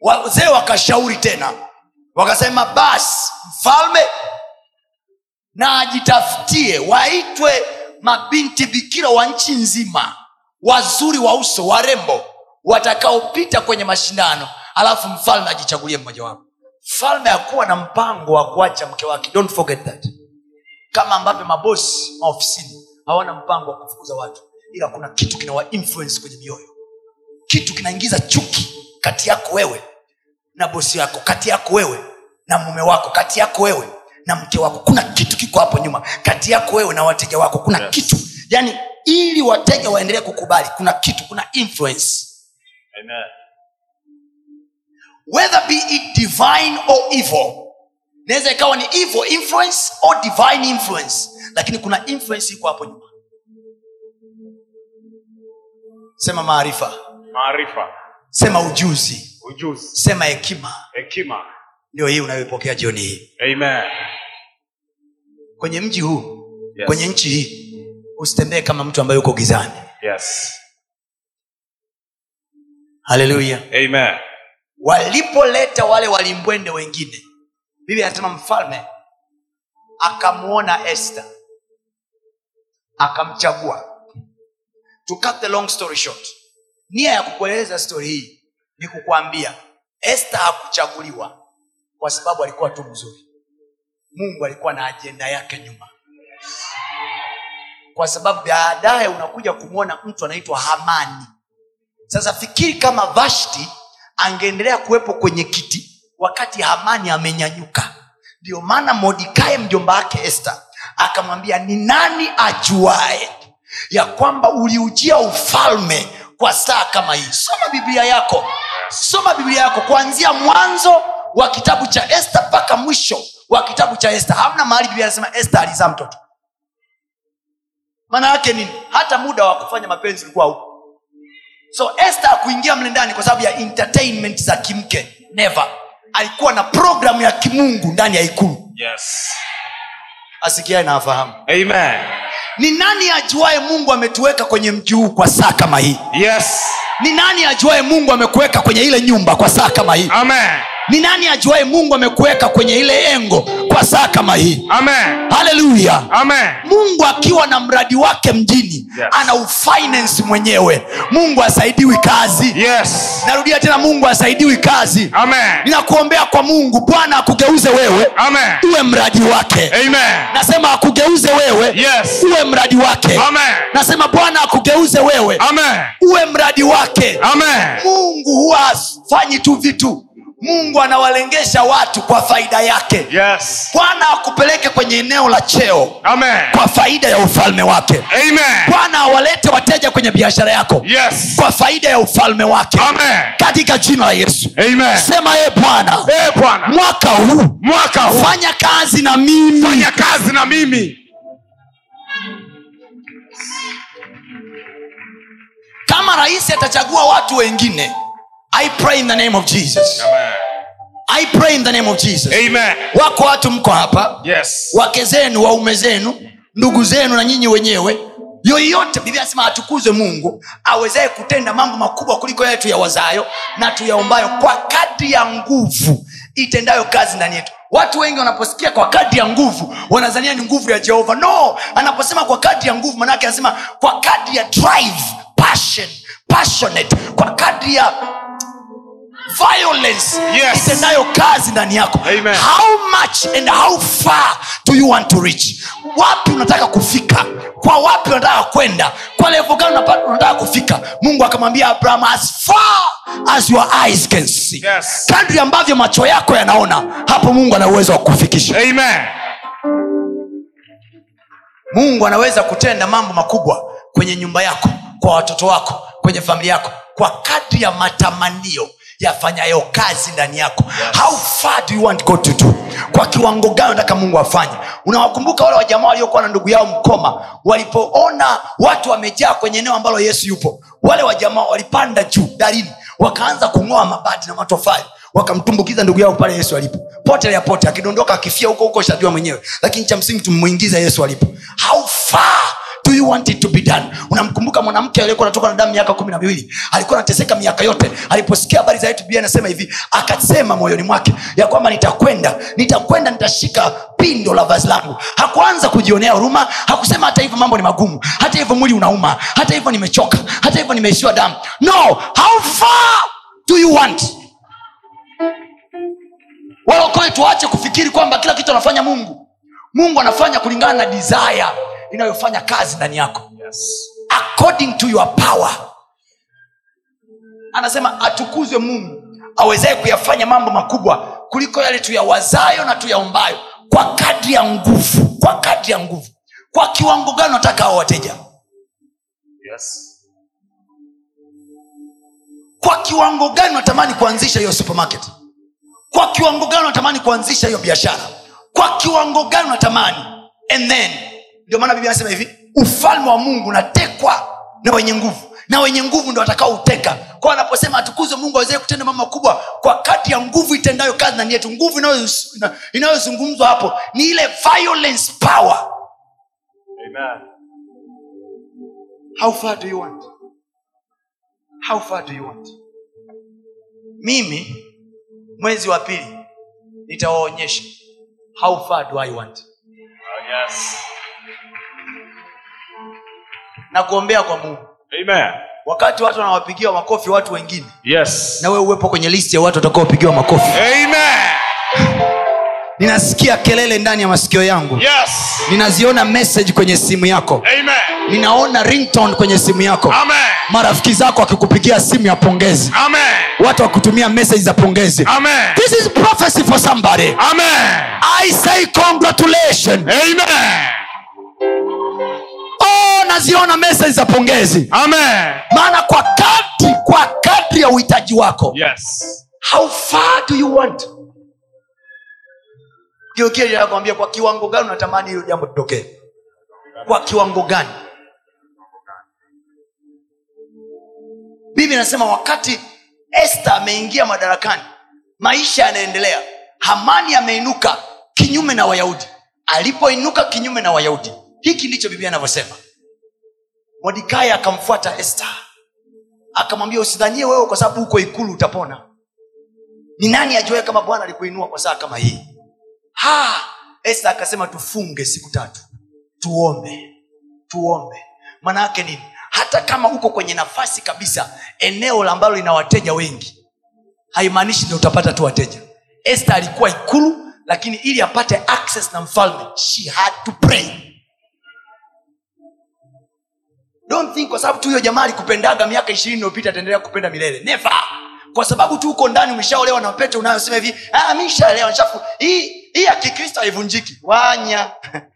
Speaker 2: wazee wakashauri tena wakasema basi mfalme na ajitafutie waitwe mabinti bikira wa nchi nzima wazuri wa uso warembo watakaopita kwenye mashindano alafu mfalme ajichagulie mmojawapo mfalme hakuwa na mpango wa kuacha mke wake don't forget that kama ambavyo mabosi maofisini hawana mpango wa kufukuza watu ila kuna kitu kinawa influence kwenye mioyo kitu kinaingiza chuki kati yako wewe na bosi yako kati yako wewe na mume wako kati yako wewe na mke wako kuna kitu kiko hapo nyuma kati yako wewe na wateja wako kuna yes. kitu yani ili wateja waendelee kukubali kuna kitu kuna influence
Speaker 3: Amen.
Speaker 2: whether be it divine or evil inaweza ikawa ni evil influence or divine influence lakini kuna influence iko hapo nyuma sema maarifa
Speaker 3: Maarifa,
Speaker 2: sema ujuzi
Speaker 3: ujuzi,
Speaker 2: sema hekima
Speaker 3: hekima.
Speaker 2: ndio hii unayoipokea jioni hii
Speaker 3: Amen.
Speaker 2: kwenye mji huu
Speaker 3: Yes.
Speaker 2: kwenye nchi hii usitembee kama mtu ambaye uko gizani
Speaker 3: Yes.
Speaker 2: haleluya
Speaker 3: Amen.
Speaker 2: walipoleta wale walimbwende wengine bibi anasema mfalme akamwona este akamchagua to cut the long story short nia ya kukueleza stori hii ni kukuambia este hakuchaguliwa kwa sababu alikuwa tu mzuri mungu alikuwa na ajenda yake nyuma kwa sababu baadaye unakuja kumwona mtu anaitwa hamani sasa fikiri kama vashti angeendelea kuwepo kwenye kiti wakati hamani amenyanyuka ndio maana modikae mjomba wake este akamwambia ni nani ajuae ya kwamba uliujia ufalme kwa saa kama hii soma biblia yako soma biblia yako kuanzia mwanzo wa kitabu cha este mpaka mwisho wa kitabu cha este hamna mahali biblia anasema este alizaa mtoto maana yake nini hata muda wa kufanya mapenzi ulikuwa huko so este akuingia mle ndani kwa sababu ya entertainment za kimke never alikuwa na programu ya kimungu ndani ya ikulu
Speaker 3: Yes.
Speaker 2: asikiae na afahamu
Speaker 3: Amen.
Speaker 2: ni nani ajuae mungu ametuweka kwenye mji huu kwa saa kama hii
Speaker 3: Yes.
Speaker 2: ni nani ajuae mungu amekuweka kwenye ile nyumba kwa saa kama hii
Speaker 3: Amen.
Speaker 2: ni nani ajuae mungu amekuweka kwenye ile engo kwa saa kama hii
Speaker 3: Amen.
Speaker 2: haleluya
Speaker 3: Amen.
Speaker 2: mungu akiwa na mradi wake mjini
Speaker 3: Yes.
Speaker 2: ana ufinance mwenyewe mungu asaidiwi kazi
Speaker 3: Yes.
Speaker 2: narudia tena mungu asaidiwi kazi
Speaker 3: Amen.
Speaker 2: ninakuombea kwa mungu bwana akugeuze wewe
Speaker 3: Amen.
Speaker 2: uwe mradi wake
Speaker 3: Amen.
Speaker 2: nasema akugeuze wewe
Speaker 3: Yes.
Speaker 2: uwe mradi wake
Speaker 3: Amen.
Speaker 2: nasema bwana akugeuze wewe
Speaker 3: Amen.
Speaker 2: uwe mradi wake
Speaker 3: Amen.
Speaker 2: mungu huwa hafanyi tu vitu mungu anawalengesha watu kwa faida yake
Speaker 3: Yes.
Speaker 2: bwana akupeleke kwenye eneo la cheo
Speaker 3: Amen.
Speaker 2: kwa faida ya ufalme wake
Speaker 3: Amen.
Speaker 2: bwana awalete wateja kwenye biashara yako
Speaker 3: Yes.
Speaker 2: kwa faida ya ufalme wake
Speaker 3: Amen.
Speaker 2: katika jina la yesu
Speaker 3: Amen.
Speaker 2: sema e bwana
Speaker 3: Eh, Bwana.
Speaker 2: mwaka huu
Speaker 3: Mwaka huu
Speaker 2: fanya kazi na mimi
Speaker 3: fanya kazi na mimi.
Speaker 2: kama rais atachagua watu wengine i pray in the name of jesus i pray in the name of jesus
Speaker 3: Amen.
Speaker 2: wako watu mko hapa
Speaker 3: Yes.
Speaker 2: wake zenu waume zenu ndugu zenu na nyinyi wenyewe yoyote biblia anasema atukuzwe mungu awezaye kutenda mambo makubwa kuliko yale tuyawazayo na tuyaombayo kwa kadri ya nguvu itendayo kazi ndani yetu watu wengi wanaposikia kwa kadri ya nguvu wanazania ni nguvu ya jehova no anaposema kwa kadri ya nguvu manake anasema kwa kadri ya drive passion passionate kwa kadri ya violence
Speaker 3: Yes.
Speaker 2: itendayo kazi ndani yako
Speaker 3: Amen.
Speaker 2: how much and how far do you want to reach wapi unataka kufika kwa wapi unataka kwenda kwa levo gani unapa- unataka kufika mungu akamwambia abraham as far as your eyes can see
Speaker 3: Yes.
Speaker 2: kadri ambavyo macho yako yanaona hapo mungu ana uwezo wa kukufikisha
Speaker 3: Amen.
Speaker 2: mungu anaweza kutenda mambo makubwa kwenye nyumba yako kwa watoto wako kwenye familia yako kwa kadri ya matamanio yafanyayo kazi ndani yako yes. how far do you want god to do kwa kiwango gani unataka mungu afanye unawakumbuka wale wajamaa waliokuwa na ndugu yao mkoma walipoona watu wamejaa kwenye eneo ambalo yesu yupo wale wajamaa walipanda juu darini wakaanza kung'oa mabati na matofali wakamtumbukiza ndugu yao pale yesu alipo pote ya pote akidondoka akifia huko huko shajua mwenyewe lakini cha msingi tumwingiza yesu alipo how far do you want it to be done unamkumbuka mwanamke aliyekuwa anatoka na damu miaka kumi na miwili alikuwa anateseka miaka yote aliposikia habari za yetu biblia anasema hivi akasema moyoni mwake ya kwamba nitakwenda nitakwenda nitashika pindo la vazi langu hakuanza kujionea huruma hakusema hata hivyo mambo ni magumu hata hivyo mwili unauma hata hivyo nimechoka hata hivyo nimeishiwa damu no how far do you want walokole tuache kufikiri kwamba kila kitu anafanya mungu mungu anafanya kulingana na desire inayofanya kazi ndani yako
Speaker 3: Yes.
Speaker 2: according to your power anasema atukuzwe mungu awezaye kuyafanya mambo makubwa kuliko yale tuyawazayo na tuyaombayo kwa kadri ya nguvu kwa kadri ya nguvu kwa kiwango gani nataka hao wateja
Speaker 3: Yes.
Speaker 2: kwa kiwango gani unatamani kuanzisha hiyo supermarket kwa kiwango gani unatamani kuanzisha hiyo biashara kwa kiwango gani unatamani and then ndio maana biblia anasema hivi ufalme wa mungu unatekwa na wenye nguvu na wenye nguvu ndo watakao uteka kwa anaposema atukuzwe mungu awezee kutenda mambo makubwa kwa kati ya nguvu itendayo kazi ndani yetu nguvu inayoz- ina- inayozungumzwa hapo ni ile violence power
Speaker 3: Amen.
Speaker 2: how far do you want how far do you want mimi mwezi wa pili nitawaonyesha how far do i want
Speaker 3: Oh, yes.
Speaker 2: na kuombea kwa mungu
Speaker 3: Amen.
Speaker 2: wakati watu wanawapigia makofi watu wengine
Speaker 3: Yes.
Speaker 2: na wewe uwepo kwenye listi ya watu watakaopigiwa makofi
Speaker 3: Amen.
Speaker 2: ninasikia kelele ndani ya masikio yangu
Speaker 3: Yes.
Speaker 2: ninaziona message kwenye simu yako
Speaker 3: Amen.
Speaker 2: ninaona ringtone kwenye simu yako
Speaker 3: Amen.
Speaker 2: marafiki zako wakikupigia simu ya pongezi
Speaker 3: Amen.
Speaker 2: watu wakutumia message za pongezi
Speaker 3: Amen.
Speaker 2: this is prophecy for somebody
Speaker 3: Amen.
Speaker 2: I say congratulations.
Speaker 3: Amen.
Speaker 2: Oh, naziona message za pongezi
Speaker 3: Amen.
Speaker 2: maana kwa kadri kwa kadri ya uhitaji wako
Speaker 3: Yes.
Speaker 2: how far do you want kiokiakwambia kwa kiwango gani unatamani hilo jambo litokee kwa kiwango gani bibi anasema wakati este ameingia madarakani maisha yanaendelea hamani ameinuka kinyume na wayahudi alipoinuka kinyume na wayahudi hiki ndicho biblia anavyosema modikai akamfuata este akamwambia usidhanie wewe kwa sababu huko ikulu utapona ni nani ajuae kama bwana alikuinua kwa saa kama hii ha esta akasema tufunge siku tatu tuombe tuombe maana yake nini hata kama uko kwenye nafasi kabisa eneo la ambalo lina wateja wengi haimaanishi ndio utapata tu wateja esta alikuwa ikulu lakini ili apate access na mfalme she had to pray don't think kwa sababu tu huyo jamaa alikupendaga miaka ishirini iliyopita ataendelea kupenda milele never kwa sababu tu uko ndani umeshaolewa na pete unayosema hivi "Ah, mi nishaelewa nishafu hii hii ya kikristo haivunjiki wanya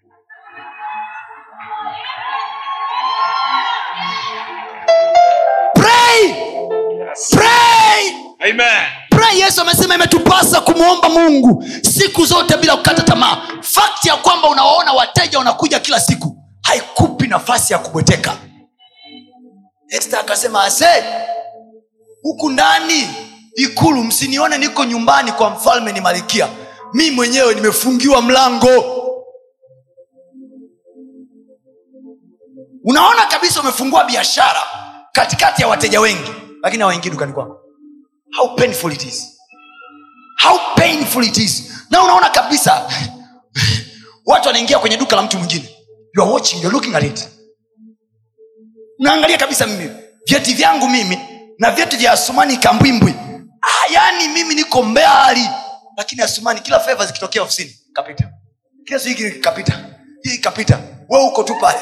Speaker 2: pray pray
Speaker 3: Amen.
Speaker 2: pray yesu amesema imetupasa kumwomba mungu siku zote bila kukata tamaa fakti ya kwamba unawaona wateja wanakuja kila siku haikupi nafasi ya kubweteka este akasema ase huku ndani ikulu msinione niko nyumbani kwa mfalme ni malikia mi mwenyewe nimefungiwa mlango unaona kabisa umefungua biashara katikati ya wateja wengi lakini hawaingii dukani kwako how painful it is how painful it is na unaona kabisa watu wanaingia kwenye duka la mtu mwingine you are watching you are looking at it naangalia kabisa mimi vyeti vyangu mimi na vyeti vya asumani kambwimbwi ah, yaani mimi niko mbali lakini asumani kila fedha zikitokea ofisini kapita kila sijui kile kapita hii kapita we uko tu pale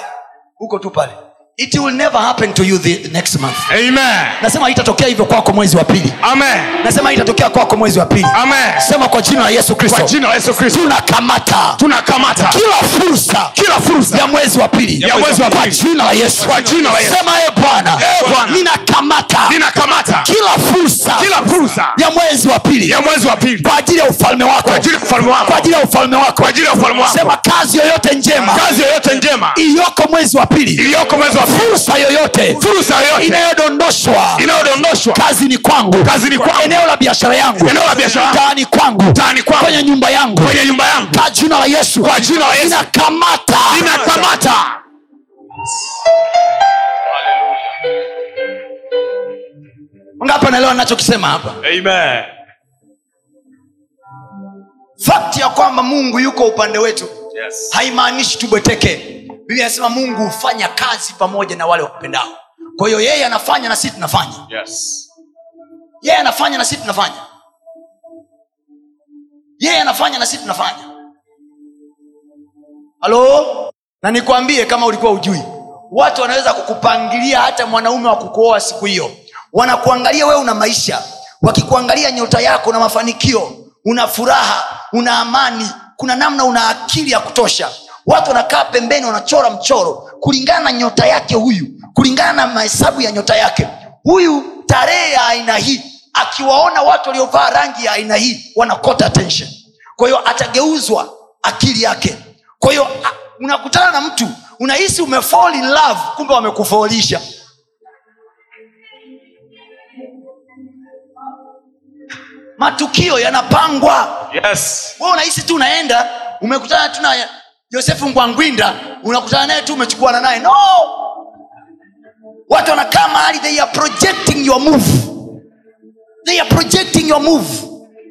Speaker 2: uko tu pale it will never happen to you the next month
Speaker 3: Amen.
Speaker 2: nasema haitatokea hivyo kwako mwezi wa pili
Speaker 3: Amen.
Speaker 2: nasema haitatokea kwako mwezi wa pili
Speaker 3: Amen.
Speaker 2: sema kwa jina la yesu
Speaker 3: Kwa
Speaker 2: kristo
Speaker 3: jina la Yesu Kristo
Speaker 2: tunakamata
Speaker 3: tunakamata
Speaker 2: kila fursa
Speaker 3: kila fursa
Speaker 2: ya mwezi wa pili
Speaker 3: Ya mwezi wa
Speaker 2: kwa
Speaker 3: pili.
Speaker 2: jina la yesu
Speaker 3: Kwa jina la Yesu.
Speaker 2: sema e bwana
Speaker 3: Eh, Bwana.
Speaker 2: ninakamata
Speaker 3: ninakamata
Speaker 2: kila fursa
Speaker 3: kila fursa
Speaker 2: ya mwezi wa pili
Speaker 3: ya mwezi wa pili
Speaker 2: kwa ajili ya ufalme wako
Speaker 3: ajili ya ufalme wako.
Speaker 2: kwa ajili ya ufalme wako
Speaker 3: kwa ajili ya ufalme wako
Speaker 2: sema kazi yoyote njema
Speaker 3: kazi yoyote njema
Speaker 2: iliyoko mwezi wa pili
Speaker 3: iliyoko mwezi wa pili
Speaker 2: fursa yoyote
Speaker 3: fursa yoyote
Speaker 2: inayodondoshwa
Speaker 3: inayodondoshwa
Speaker 2: kazi ni kwangu
Speaker 3: Kazi ni kwangu.
Speaker 2: eneo la biashara yangu
Speaker 3: Eneo la biashara.
Speaker 2: taani kwangu
Speaker 3: Taani kwangu.
Speaker 2: kwenye nyumba yangu
Speaker 3: kwenye nyumba yangu
Speaker 2: kwa jina la yesu
Speaker 3: Kwa jina la Yesu.
Speaker 2: inakamata
Speaker 3: ninakamata
Speaker 2: ngapi anaelewa ninachokisema hapa
Speaker 3: Amen.
Speaker 2: fakti ya kwamba mungu yuko upande wetu
Speaker 3: Yes.
Speaker 2: haimaanishi tubweteke biblia anasema mungu hufanya kazi pamoja na wale wakupendao kwa hiyo yeye anafanya na sisi tunafanya
Speaker 3: Yes.
Speaker 2: yeye anafanya na sisi tunafanya yeye anafanya na sisi tunafanya halo na nikwambie kama ulikuwa ujui watu wanaweza kukupangilia hata mwanaume wa kukuoa siku hiyo wanakuangalia wewe una maisha wakikuangalia nyota yako na mafanikio una furaha una amani kuna namna una akili ya kutosha watu wanakaa pembeni wanachora mchoro kulingana na nyota yake huyu kulingana na mahesabu ya nyota yake huyu tarehe ya aina hii akiwaona watu waliovaa rangi ya aina hii wanakota attention kwa hiyo atageuzwa akili yake kwa hiyo a- unakutana na mtu unahisi umefall in love kumbe wamekufolisha matukio yanapangwa
Speaker 3: Yes.
Speaker 2: we unahisi tu unaenda umekutana tu na josefu ngwangwinda unakutana naye tu umechukuana naye no watu wanakaa mahali they are projecting your move they are projecting your move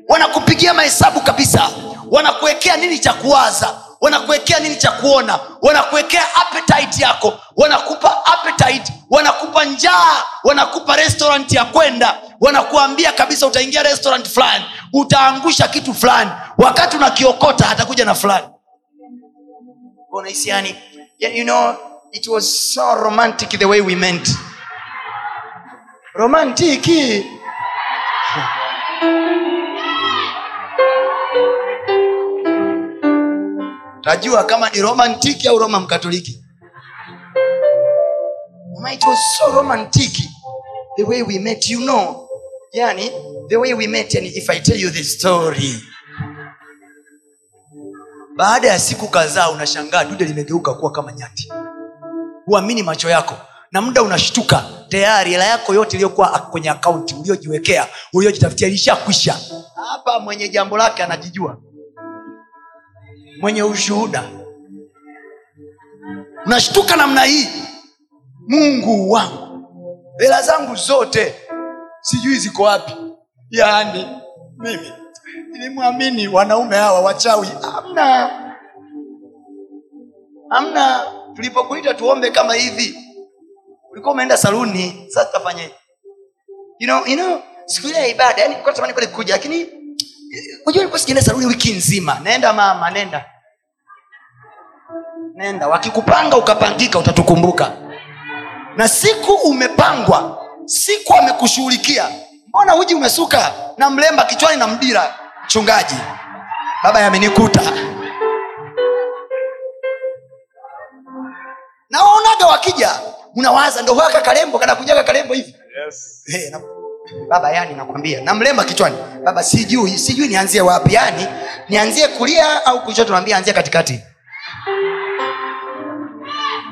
Speaker 2: wanakupigia mahesabu kabisa wanakuwekea nini cha kuwaza wanakuwekea nini cha kuona wanakuwekea appetite yako wanakupa appetite wanakupa njaa wanakupa restaurant ya kwenda wanakuambia kabisa utaingia restaurant fulani utaangusha kitu fulani wakati unakiokota atakuja na fulani unahisi yani you know it was so romantic the way we meant romantiki tajua kama ni romantiki au roma mkatoliki Mama, it was so romantic the way we met you know yani the way we met yani if i tell you the story baada ya siku kadhaa unashangaa dude limegeuka kuwa kama nyati huamini macho yako na muda unashtuka tayari hela yako yote iliyokuwa kwenye akaunti uliojiwekea uliojitafutia ilishakwisha hapa mwenye jambo lake anajijua mwenye ushuhuda unashtuka namna hii mungu wangu hela zangu zote sijui ziko wapi yaani mimi nilimwamini wanaume hawa wachawi amna amna tulipokuita tuombe kama hivi ulikuwa umeenda saluni sasa tutafanyaje you know, you know, siku ile ya ibada yani tamani kweli kuja lakini unajua nilikuwa sijaenda saluni wiki nzima naenda mama nenda nenda wakikupanga ukapangika utatukumbuka na siku umepangwa siku amekushughulikia mbona uji umesuka na mlemba kichwani na mdira mchungaji baba yamenikuta nawaonaga wakija unawaza ndo huyo kakarembo kanakujaga karembo hivi
Speaker 3: Yes.
Speaker 2: Hey, na, baba yani nakwambia namlemba kichwani baba sijui sijui nianzie wapi yani nianzie kulia au kushoto naambia anzia katikati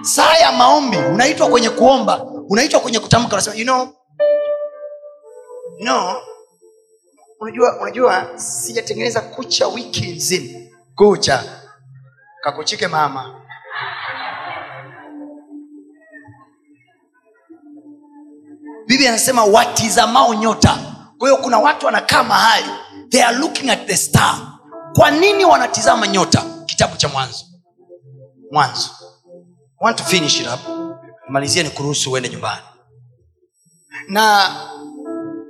Speaker 2: saa ya maombi unaitwa kwenye kuomba unaitwa kwenye kutamka unasema you know, you know, unajua unajua sijatengeneza kucha wiki nzima kucha kakuchike mama biblia anasema watizamao nyota kwa hiyo kuna watu wanakaa mahali they are looking at the star kwa nini wanatizama nyota kitabu cha mwanzo mwanzo I want to finish it up malizia ni kuruhusu uende nyumbani na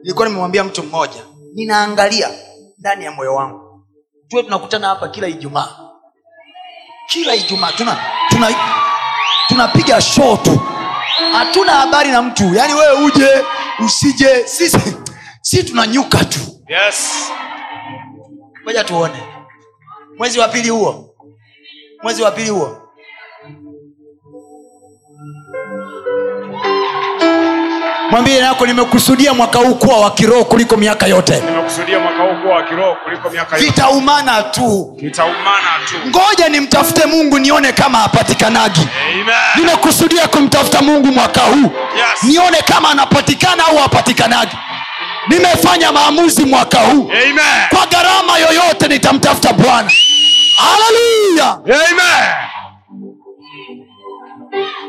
Speaker 2: nilikuwa nimemwambia mtu mmoja ninaangalia ndani ya moyo wangu tuwe tunakutana hapa kila ijumaa kila ijumaa tuna tunapiga tuna, tuna show tu hatuna habari na mtu yaani wewe uje usije sisi si tunanyuka tu
Speaker 3: Yes.
Speaker 2: moja tuone mwezi wa pili huo mwezi wa pili huo mwambie nako nimekusudia mwaka huu kuwa wa kiroho kuliko miaka yote
Speaker 3: Nimekusudia mwaka huu kuwa wa kiroho kuliko miaka yote.
Speaker 2: vitaumana tu
Speaker 3: Nitaumana tu.
Speaker 2: ngoja nimtafute mungu nione kama hapatikanaji
Speaker 3: Amen.
Speaker 2: nimekusudia kumtafuta mungu mwaka huu
Speaker 3: Yes.
Speaker 2: nione kama anapatikana au hapatikanaji nimefanya maamuzi mwaka huu
Speaker 3: Amen.
Speaker 2: kwa gharama yoyote nitamtafuta bwana haleluya
Speaker 3: Amen.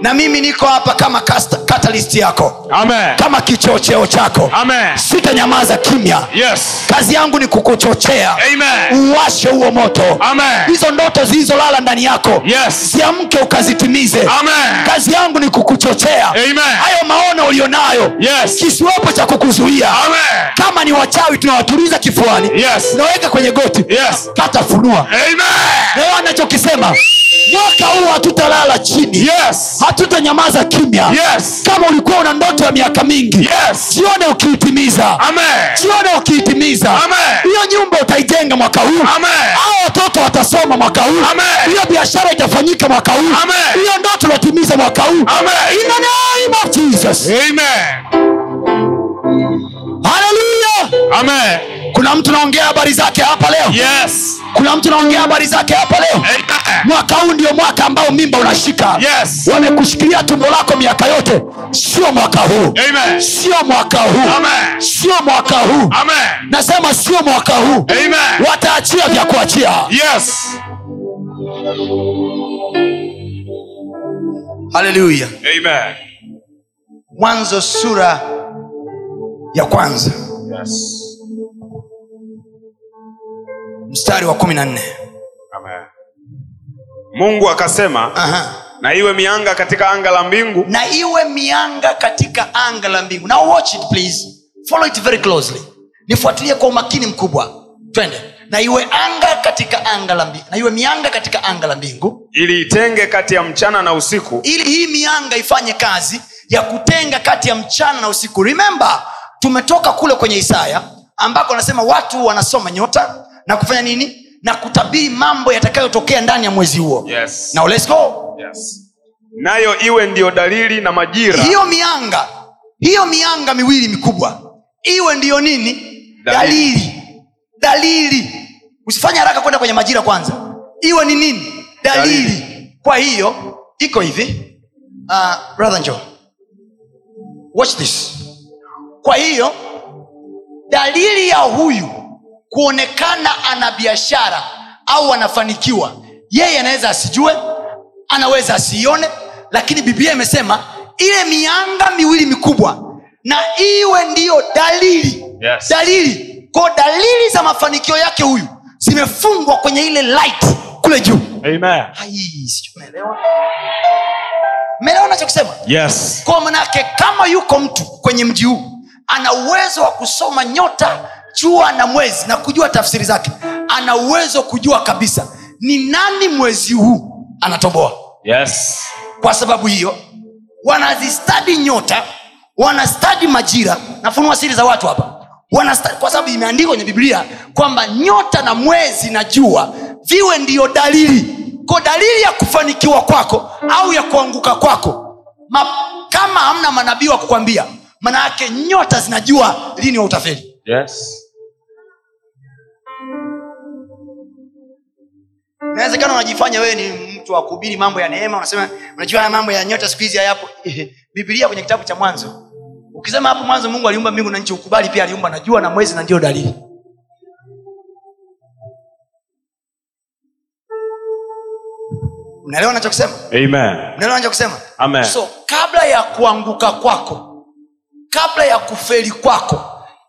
Speaker 2: na mimi niko hapa kama cast- catalyst yako
Speaker 3: Amen.
Speaker 2: kama kichocheo chako
Speaker 3: Amen.
Speaker 2: sitanyamaza kimya
Speaker 3: Yes.
Speaker 2: kazi yangu ni kukuchochea
Speaker 3: Amen.
Speaker 2: uwashe huo moto
Speaker 3: Amen.
Speaker 2: hizo ndoto zilizolala ndani yako
Speaker 3: Yes.
Speaker 2: ziamke ukazitimize
Speaker 3: Amen.
Speaker 2: kazi yangu ni kukuchochea
Speaker 3: Amen.
Speaker 2: hayo maono ulionayo
Speaker 3: Yes.
Speaker 2: kisiwepo cha kukuzuia
Speaker 3: Amen.
Speaker 2: kama ni wachawi tunawatuliza kifuani
Speaker 3: Yes.
Speaker 2: tunaweka kwenye goti
Speaker 3: Yes.
Speaker 2: pata funua
Speaker 3: Amen.
Speaker 2: leo anachokisema mwaka huu hatutalala chini
Speaker 3: Yes.
Speaker 2: hatutanyamaza kimya
Speaker 3: Yes.
Speaker 2: kama ulikuwa una ndoto ya miaka mingi
Speaker 3: Yes.
Speaker 2: jione ukiitimiza
Speaker 3: Amen.
Speaker 2: jione ukiitimiza
Speaker 3: Amen.
Speaker 2: hiyo nyumba utaijenga mwaka huu
Speaker 3: Amen.
Speaker 2: hao watoto watasoma mwaka huu
Speaker 3: Amen.
Speaker 2: hiyo biashara itafanyika mwaka huu
Speaker 3: Amen.
Speaker 2: hiyo ndoto unatimiza mwaka huu
Speaker 3: Amen.
Speaker 2: In the name of Jesus.
Speaker 3: Amen.
Speaker 2: Hallelujah.
Speaker 3: Amen.
Speaker 2: kuna mtu naongea habari zake hapa leo
Speaker 3: Yes.
Speaker 2: kuna mtu naongea habari zake hapa leo
Speaker 3: Amen.
Speaker 2: mwaka huu ndio mwaka ambao mimba unashika
Speaker 3: Yes.
Speaker 2: wamekushikilia tumbo lako miaka yote sio mwaka huu
Speaker 3: Amen.
Speaker 2: sio mwaka huu
Speaker 3: Amen.
Speaker 2: sio mwaka huu
Speaker 3: Amen.
Speaker 2: nasema sio mwaka huu
Speaker 3: Amen.
Speaker 2: wataachia vya kuachia
Speaker 3: Yes.
Speaker 2: haleluya
Speaker 3: Amen.
Speaker 2: mwanzo sura ya kwanza
Speaker 3: Yes.
Speaker 2: mstari wa kumi na nne
Speaker 3: Amen. Mungu akasema,
Speaker 2: Aha.
Speaker 3: na iwe mianga katika anga la mbingu
Speaker 2: na iwe mianga katika anga la mbingu now watch it please follow it very closely nifuatilie kwa umakini mkubwa twende na iwe anga katika anga la mbingu na iwe mianga katika anga la mbingu
Speaker 3: ili itenge kati ya mchana na usiku.
Speaker 2: ili hii mianga ifanye kazi ya kutenga kati ya mchana na usiku remember tumetoka kule kwenye isaya ambako anasema watu wanasoma nyota na kufanya nini na kutabiri mambo yatakayotokea ndani ya mwezi huo
Speaker 3: Yes.
Speaker 2: now let's go
Speaker 3: Yes. Nayo iwe ndiyo dalili na majira
Speaker 2: hiyo mianga hiyo mianga miwili mikubwa iwe ndiyo nini
Speaker 3: Dalili.
Speaker 2: dalili dalili usifanye haraka kwenda kwenye majira kwanza iwe ni nini dalili, dalili. kwa hiyo iko hivi uh, brother njo watch this kwa hiyo dalili ya huyu kuonekana ana biashara au anafanikiwa yeye anaweza asijue anaweza asiione lakini biblia imesema ile mianga miwili mikubwa na iwe ndiyo dalili
Speaker 3: Yes.
Speaker 2: dalili ko dalili za mafanikio yake huyu zimefungwa kwenye ile light kule juu
Speaker 3: Amen.
Speaker 2: Ai, sijui umeelewa melewa nachokisema
Speaker 3: Yes.
Speaker 2: kwa manake kama yuko mtu kwenye mji huu ana uwezo wa kusoma nyota jua na mwezi na kujua tafsiri zake ana uwezo kujua kabisa ni nani mwezi huu anatoboa
Speaker 3: Yes.
Speaker 2: kwa sababu hiyo wanazistadi nyota wanastadi majira nafunua siri za watu hapa wanastadi, kwa sababu imeandikwa kwenye biblia kwamba nyota na mwezi na jua viwe ndiyo dalili ko dalili ya kufanikiwa kwako au ya kuanguka kwako Ma, kama hamna manabii wa kukwambia manayake nyota zinajua lini wa utafeli
Speaker 3: Yes.
Speaker 2: inawezekana unajifanya wewe ni mtu wa kuhubiri mambo ya neema unasema unajua haya mambo ya nyota siku hizi hayapo bibilia kwenye kitabu cha mwanzo ukisema hapo mwanzo mungu aliumba mbingu na nchi ukubali pia aliumba na jua na mwezi na ndiyo dalili unaelewa nachokisema
Speaker 3: Amen.
Speaker 2: unaelewa nachokisema
Speaker 3: Amen.
Speaker 2: so kabla ya kuanguka kwako kabla ya kufeli kwako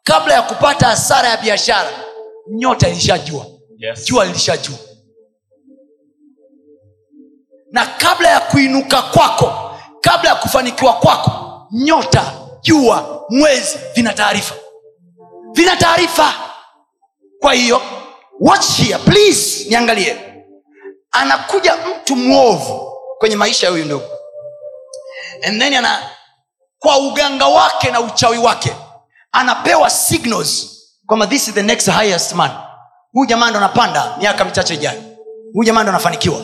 Speaker 2: kabla ya kupata hasara ya biashara nyota ilishajua
Speaker 3: Yes.
Speaker 2: jua lilishajuu na kabla ya kuinuka kwako kabla ya kufanikiwa kwako nyota jua mwezi vina taarifa vina taarifa kwa hiyo watch here please niangalie anakuja mtu mwovu kwenye maisha ya huyu ndugu and then ana kwa uganga wake na uchawi wake anapewa signals kwamba this is the next highest man huyu jamaa ndo anapanda miaka michache ijayo huyu jamaa ndo anafanikiwa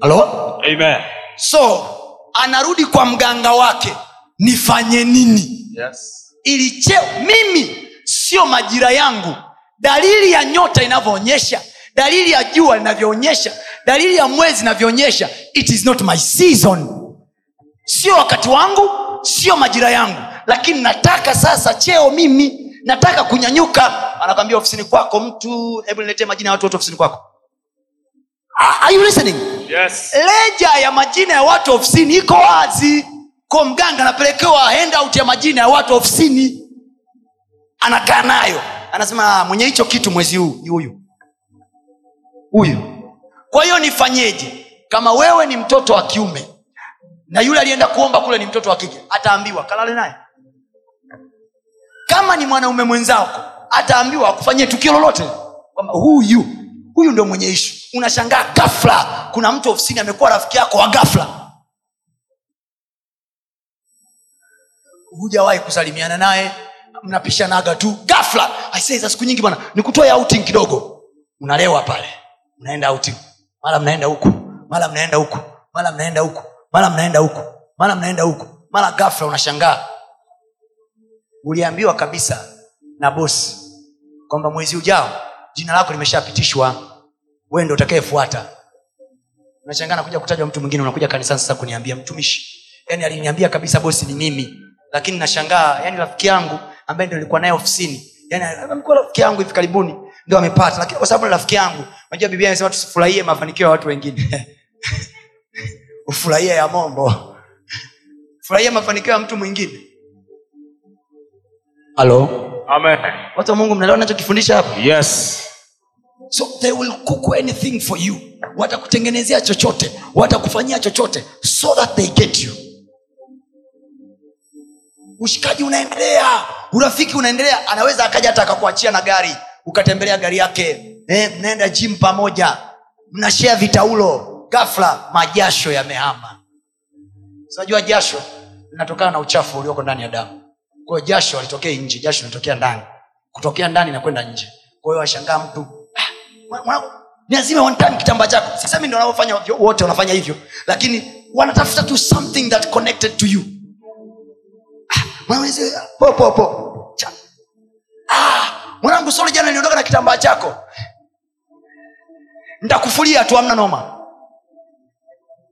Speaker 2: halo
Speaker 3: Amen.
Speaker 2: so anarudi kwa mganga wake nifanye nini
Speaker 3: Yes.
Speaker 2: ili cheo mimi sio majira yangu dalili ya nyota inavyoonyesha dalili ya jua inavyoonyesha dalili ya mwezi inavyoonyesha it is not my season sio wakati wangu sio majira yangu lakini nataka sasa cheo mimi nataka kunyanyuka anakwambia ofisini kwako mtu hebu niletee majina ya watu wote ofisini kwako Are- are you listening
Speaker 3: Yes.
Speaker 2: leja ya majina ya watu ofisini iko wazi ko mganga anapelekewa handout ya majina ya watu ofisini anakaa nayo anasema "Ah, mwenye hicho kitu mwezi huu ni huyu huyu kwa hiyo nifanyeje kama wewe ni mtoto wa kiume na yule alienda kuomba kule ni mtoto wa kike ataambiwa kalale naye kama ni mwanaume mwenzako ataambiwa akufanyie tukio lolote kwamba huyu huyu ndo mwenye ishu unashangaa gafla kuna mtu ofisini amekuwa rafiki yako wa gafla hujawahi kusalimiana naye mnapishanaga tu gafla aisee siku nyingi bwana nikutoe outing kidogo unalewa pale unaenda outing mara mnaenda huku mara mnaenda huku mara mnaenda huku mara mnaenda huku mara mnaenda huku mara gafla unashangaa uliambiwa kabisa na bosi kwamba mwezi ujao jina lako limeshapitishwa wewe ndo utakayefuata unashangaa nakuja kutajwa mtu mwingine unakuja kanisani sasa kuniambia mtumishi yani aliniambia kabisa bosi ni mimi lakini nashangaa yani rafiki yangu ambaye ndo nilikuwa naye ofisini yani amekuwa rafiki yangu hivi karibuni ndo amepata lakini kwa sababu ni rafiki yangu unajua biblia inasema tusifurahie mafanikio ya watu wengine ufurahie ya mombo furahia mafanikio ya mtu mwingine halo
Speaker 3: Amen.
Speaker 2: watu wa mungu mnaelewa nachokifundisha hapa
Speaker 3: Yes.
Speaker 2: so they will cook anything for you watakutengenezea chochote watakufanyia chochote so that they get you ushikaji unaendelea urafiki unaendelea anaweza akaja hata akakuachia na gari ukatembelea gari yake eh, mnaenda jim pamoja mnashea vitaulo gafla majasho yamehama sinajua jasho linatokana na uchafu ulioko ndani ya damu kwa hiyo jasho alitokea nje jasho linatokea ndani kutokea ndani na kwenda nje kwa hiyo washangaa mtu "Ah, mwa- mwanangu, ni lazima one time kitambaa chako sisemi ndio wanaofanya vyo- wote wanafanya hivyo lakini wanatafuta tu something that connected to you "Ah, mwanangu, si- po po po Cha- "Ah, mwanangu solo jana niliondoka na kitambaa chako nitakufulia tu amna noma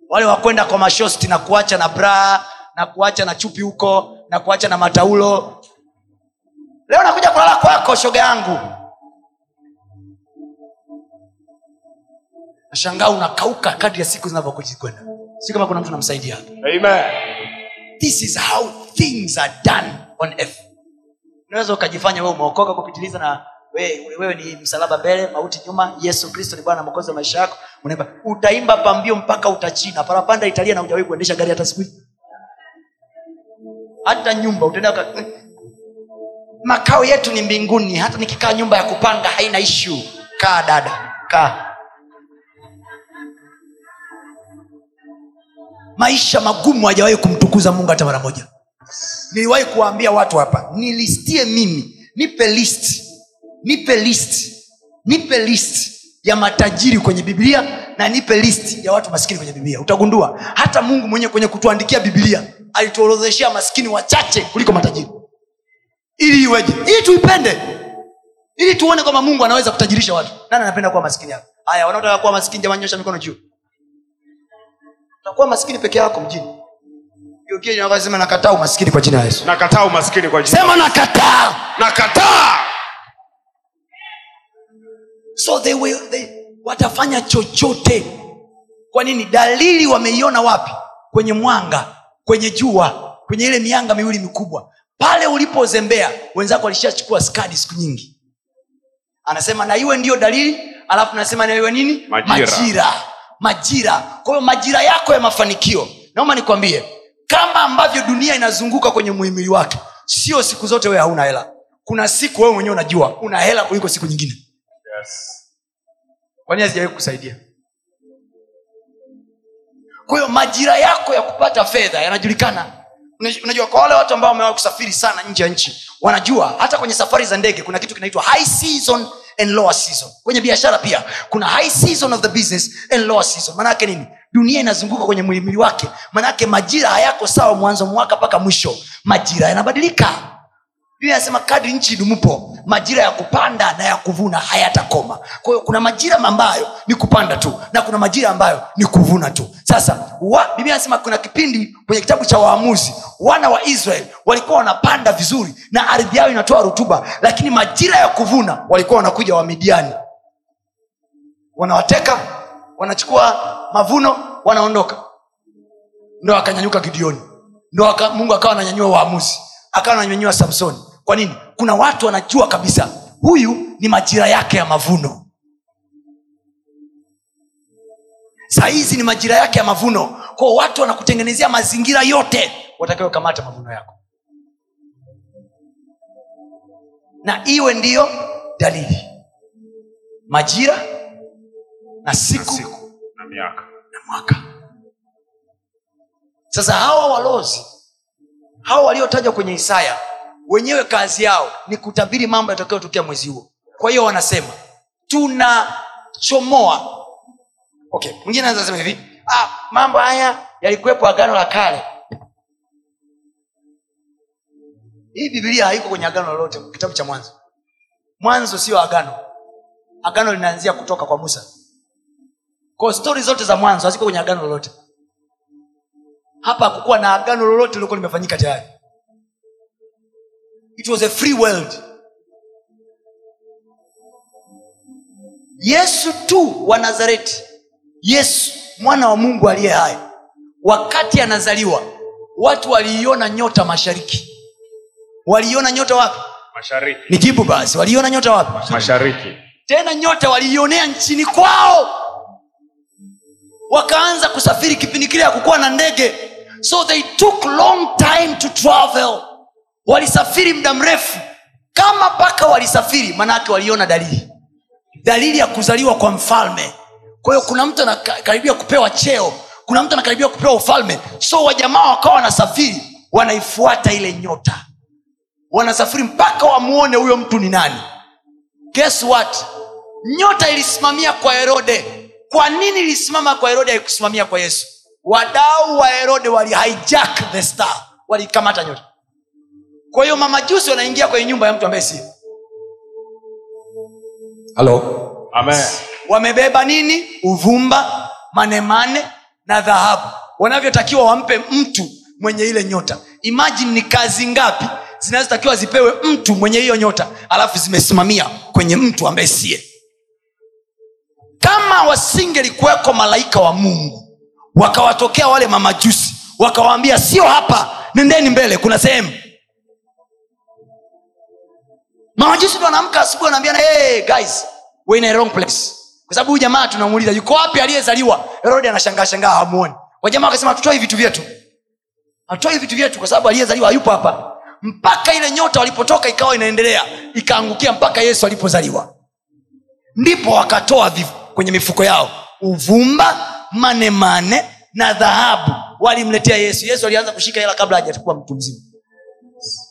Speaker 2: wale wakwenda kwa mashosti na kuacha na braa na kuacha na chupi huko na kuacha na mataulo leo nakuja kulala kwako shoga yangu nashangaa unakauka kadri ya siku zinavyokuja kwenda si kama kuna mtu namsaidia hapa
Speaker 3: Amen.
Speaker 2: this is how things are done on earth unaweza ukajifanya wewe umeokoka kupitiliza na wewe, wewe ni msalaba mbele mauti nyuma yesu kristo ni bwana mwokozi wa maisha yako unaimba utaimba pambio mpaka utachina parapanda italia na ujawahi kuendesha gari hata siku hizi hata nyumba utaenda uka- "Eh, makao yetu ni mbinguni hata nikikaa nyumba ya kupanga haina ishu kaa dada kaa maisha magumu hajawahi kumtukuza mungu hata mara moja niliwahi kuwaambia watu hapa nilistie mimi nipe list nipe list nipe list ya matajiri kwenye biblia na nipe list ya watu maskini kwenye biblia utagundua hata mungu mwenyewe kwenye kutuandikia biblia alituorodheshea maskini wachache kuliko matajiri ili iweje ili tuipende ili tuone kwamba mungu anaweza kutajirisha watu nani anapenda kuwa maskini hapa haya wanaotaka kuwa maskini jamani nyosha mikono juu takuwa maskini peke yako mjini sema nakataa umaskini kwa jina la yesu
Speaker 3: Nakataa umaskini kwa jina.
Speaker 2: sema nakataa
Speaker 3: Nakataa.
Speaker 2: so they will, they, watafanya chochote kwa nini dalili wameiona wapi kwenye mwanga kwenye jua kwenye ile mianga miwili mikubwa pale ulipozembea wenzako walishachukua skadi siku nyingi anasema na iwe ndiyo dalili alafu nasema na iwe nini
Speaker 3: Majira.
Speaker 2: majira majira kwa hiyo majira yako ya mafanikio naomba nikwambie kama ambavyo dunia inazunguka kwenye muhimili wake sio siku zote wewe hauna hela kuna siku wewe mwenyewe unajua una hela kuliko siku nyingine
Speaker 3: Yes.
Speaker 2: kwani hazijawahi kusaidia kwa hiyo majira yako ya kupata fedha yanajulikana Unaj- unajua kwa wale watu ambao wamewahi kusafiri sana nje ya nchi wanajua hata kwenye safari za ndege kuna kitu kinaitwa high season and lower season kwenye biashara pia kuna high season of the business and lower season maanaake nini dunia inazunguka kwenye muhimili wake maanaake majira hayako sawa mwanzo wa mwaka mpaka mwisho majira yanabadilika biblia anasema kadri nchi idumupo majira ya kupanda na ya kuvuna hayatakoma kwa hiyo kuna majira ambayo ni kupanda tu na kuna majira ambayo ni kuvuna tu sasa wa, biblia anasema kuna kipindi kwenye kitabu cha waamuzi wana wa israel walikuwa wanapanda vizuri na ardhi yao inatoa rutuba lakini majira ya kuvuna walikuwa wanakuja wamidiani wanawateka wanachukua mavuno wanaondoka ndo akanyanyuka gideoni ndo aka, mungu akawa ananyanyua waamuzi akawa ananyanyua samsoni kwa nini kuna watu wanajua kabisa huyu ni majira yake ya mavuno saa hizi ni majira yake ya mavuno kwao watu wanakutengenezea mazingira yote watakayokamata mavuno yako na iwe ndiyo dalili majira na siku, na siku
Speaker 3: siku na miaka
Speaker 2: na mwaka sasa hawa walozi hawa waliotajwa kwenye isaya wenyewe kazi yao ni kutabiri mambo yatakayotokea mwezi huo kwa hiyo wanasema tunachomoa okay mwingine anaweza sema hivi ah, mambo haya yalikuwepo agano la kale hii bibilia haiko kwenye agano lolote kitabu cha mwanzo mwanzo sio agano agano linaanzia kutoka kwa musa kwa stori zote za mwanzo haziko kwenye agano lolote hapa hakukuwa na agano lolote lilikuwa limefanyika tayari it was a free world yesu tu wa nazareti yesu mwana wa mungu aliye hai wakati anazaliwa watu waliiona nyota mashariki waliiona nyota wapi
Speaker 3: mashariki
Speaker 2: nijibu basi waliiona nyota wapi
Speaker 3: mashariki
Speaker 2: tena nyota waliionea nchini kwao wakaanza kusafiri kipindi kile hakukuwa na ndege so they took long time to travel walisafiri muda mrefu kama paka walisafiri maanake waliona dalili dalili ya kuzaliwa kwa mfalme kwa hiyo kuna mtu anakaribia kupewa cheo kuna mtu anakaribia kupewa ufalme so wajamaa wakawa wanasafiri wanaifuata ile nyota wanasafiri mpaka wamuone huyo mtu ni nani guess what nyota ilisimamia kwa herode kwa nini ilisimama kwa herode haikusimamia kwa yesu wadau wa herode wali hijack the star walikamata nyota kwa hiyo mamajusi wanaingia kwenye nyumba ya mtu ambaye si halo
Speaker 3: amen
Speaker 2: wamebeba nini uvumba manemane na dhahabu wanavyotakiwa wampe mtu mwenye ile nyota imajini ni kazi ngapi zinazotakiwa zipewe mtu mwenye hiyo nyota alafu zimesimamia kwenye mtu ambaye siye kama wasingelikuweko malaika wa mungu wakawatokea wale mamajusi wakawaambia sio hapa nendeni mbele kuna sehemu mamajusi ndo anaamka asubuhi anaambia hey, guys we're in a wrong place kwa sababu huyu jamaa tunamuuliza yuko wapi aliyezaliwa herode anashangaa shangaa hamuoni wajamaa wakasema tutoi vitu vyetu hatutoi vitu vyetu kwa sababu aliyezaliwa hayupo hapa mpaka ile nyota walipotoka ikawa inaendelea ikaangukia mpaka yesu alipozaliwa ndipo wakatoa vi- kwenye mifuko yao uvumba manemane na dhahabu walimletea yesu yesu alianza kushika hela kabla hajatakuwa mtu mzima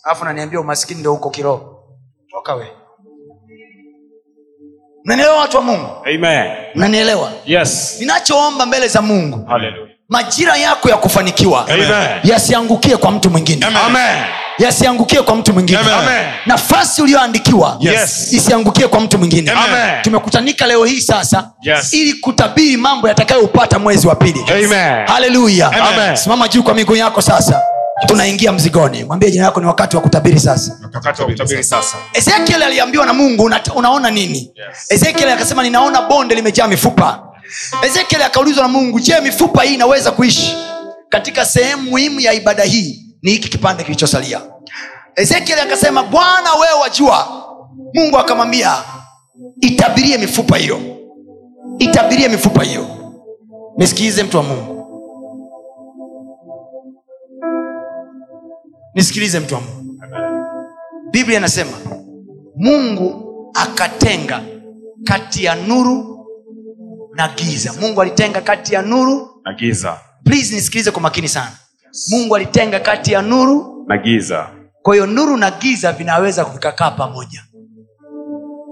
Speaker 2: alafu naniambia umaskini ndo huko kiroho toka we mnanielewa watu wa mungu
Speaker 3: amen
Speaker 2: mnanielewa
Speaker 3: yes
Speaker 2: ninachoomba mbele za mungu
Speaker 3: hallelujah
Speaker 2: majira yako ya kufanikiwa
Speaker 3: amen
Speaker 2: yasiangukie kwa mtu mwingine
Speaker 3: amen
Speaker 2: yasiangukie kwa mtu mwingine
Speaker 5: Amen.
Speaker 3: Amen.
Speaker 2: nafasi uliyoandikiwa
Speaker 5: Yes.
Speaker 2: isiangukie kwa mtu mwingine
Speaker 3: Amen.
Speaker 2: tumekutanika leo hii sasa
Speaker 3: Yes.
Speaker 2: ili kutabiri mambo yatakayoupata mwezi wa pili
Speaker 3: Amen.
Speaker 2: haleluya
Speaker 3: Amen.
Speaker 2: simama juu kwa miguu yako sasa tunaingia mzigoni mwambie jina yako ni wakati wa kutabiri sasa
Speaker 3: wakati wa kutabiri sasa
Speaker 2: ezekiel aliambiwa na mungu una, unaona nini
Speaker 3: Yes.
Speaker 2: ezekiel akasema ninaona bonde limejaa mifupa ezekiel akaulizwa na mungu je mifupa hii inaweza kuishi katika sehemu muhimu ya ibada hii ni hiki kipande kilichosalia ezekiel akasema bwana wewe wajua mungu akamwambia itabirie mifupa hiyo itabirie mifupa hiyo nisikilize mtu wa mungu nisikilize mtu wa mungu biblia inasema mungu akatenga kati ya nuru na giza mungu alitenga kati ya nuru
Speaker 3: na giza
Speaker 2: please nisikilize kwa makini sana mungu alitenga kati ya nuru
Speaker 3: na giza
Speaker 2: kwa hiyo nuru na giza vinaweza kukakaa pamoja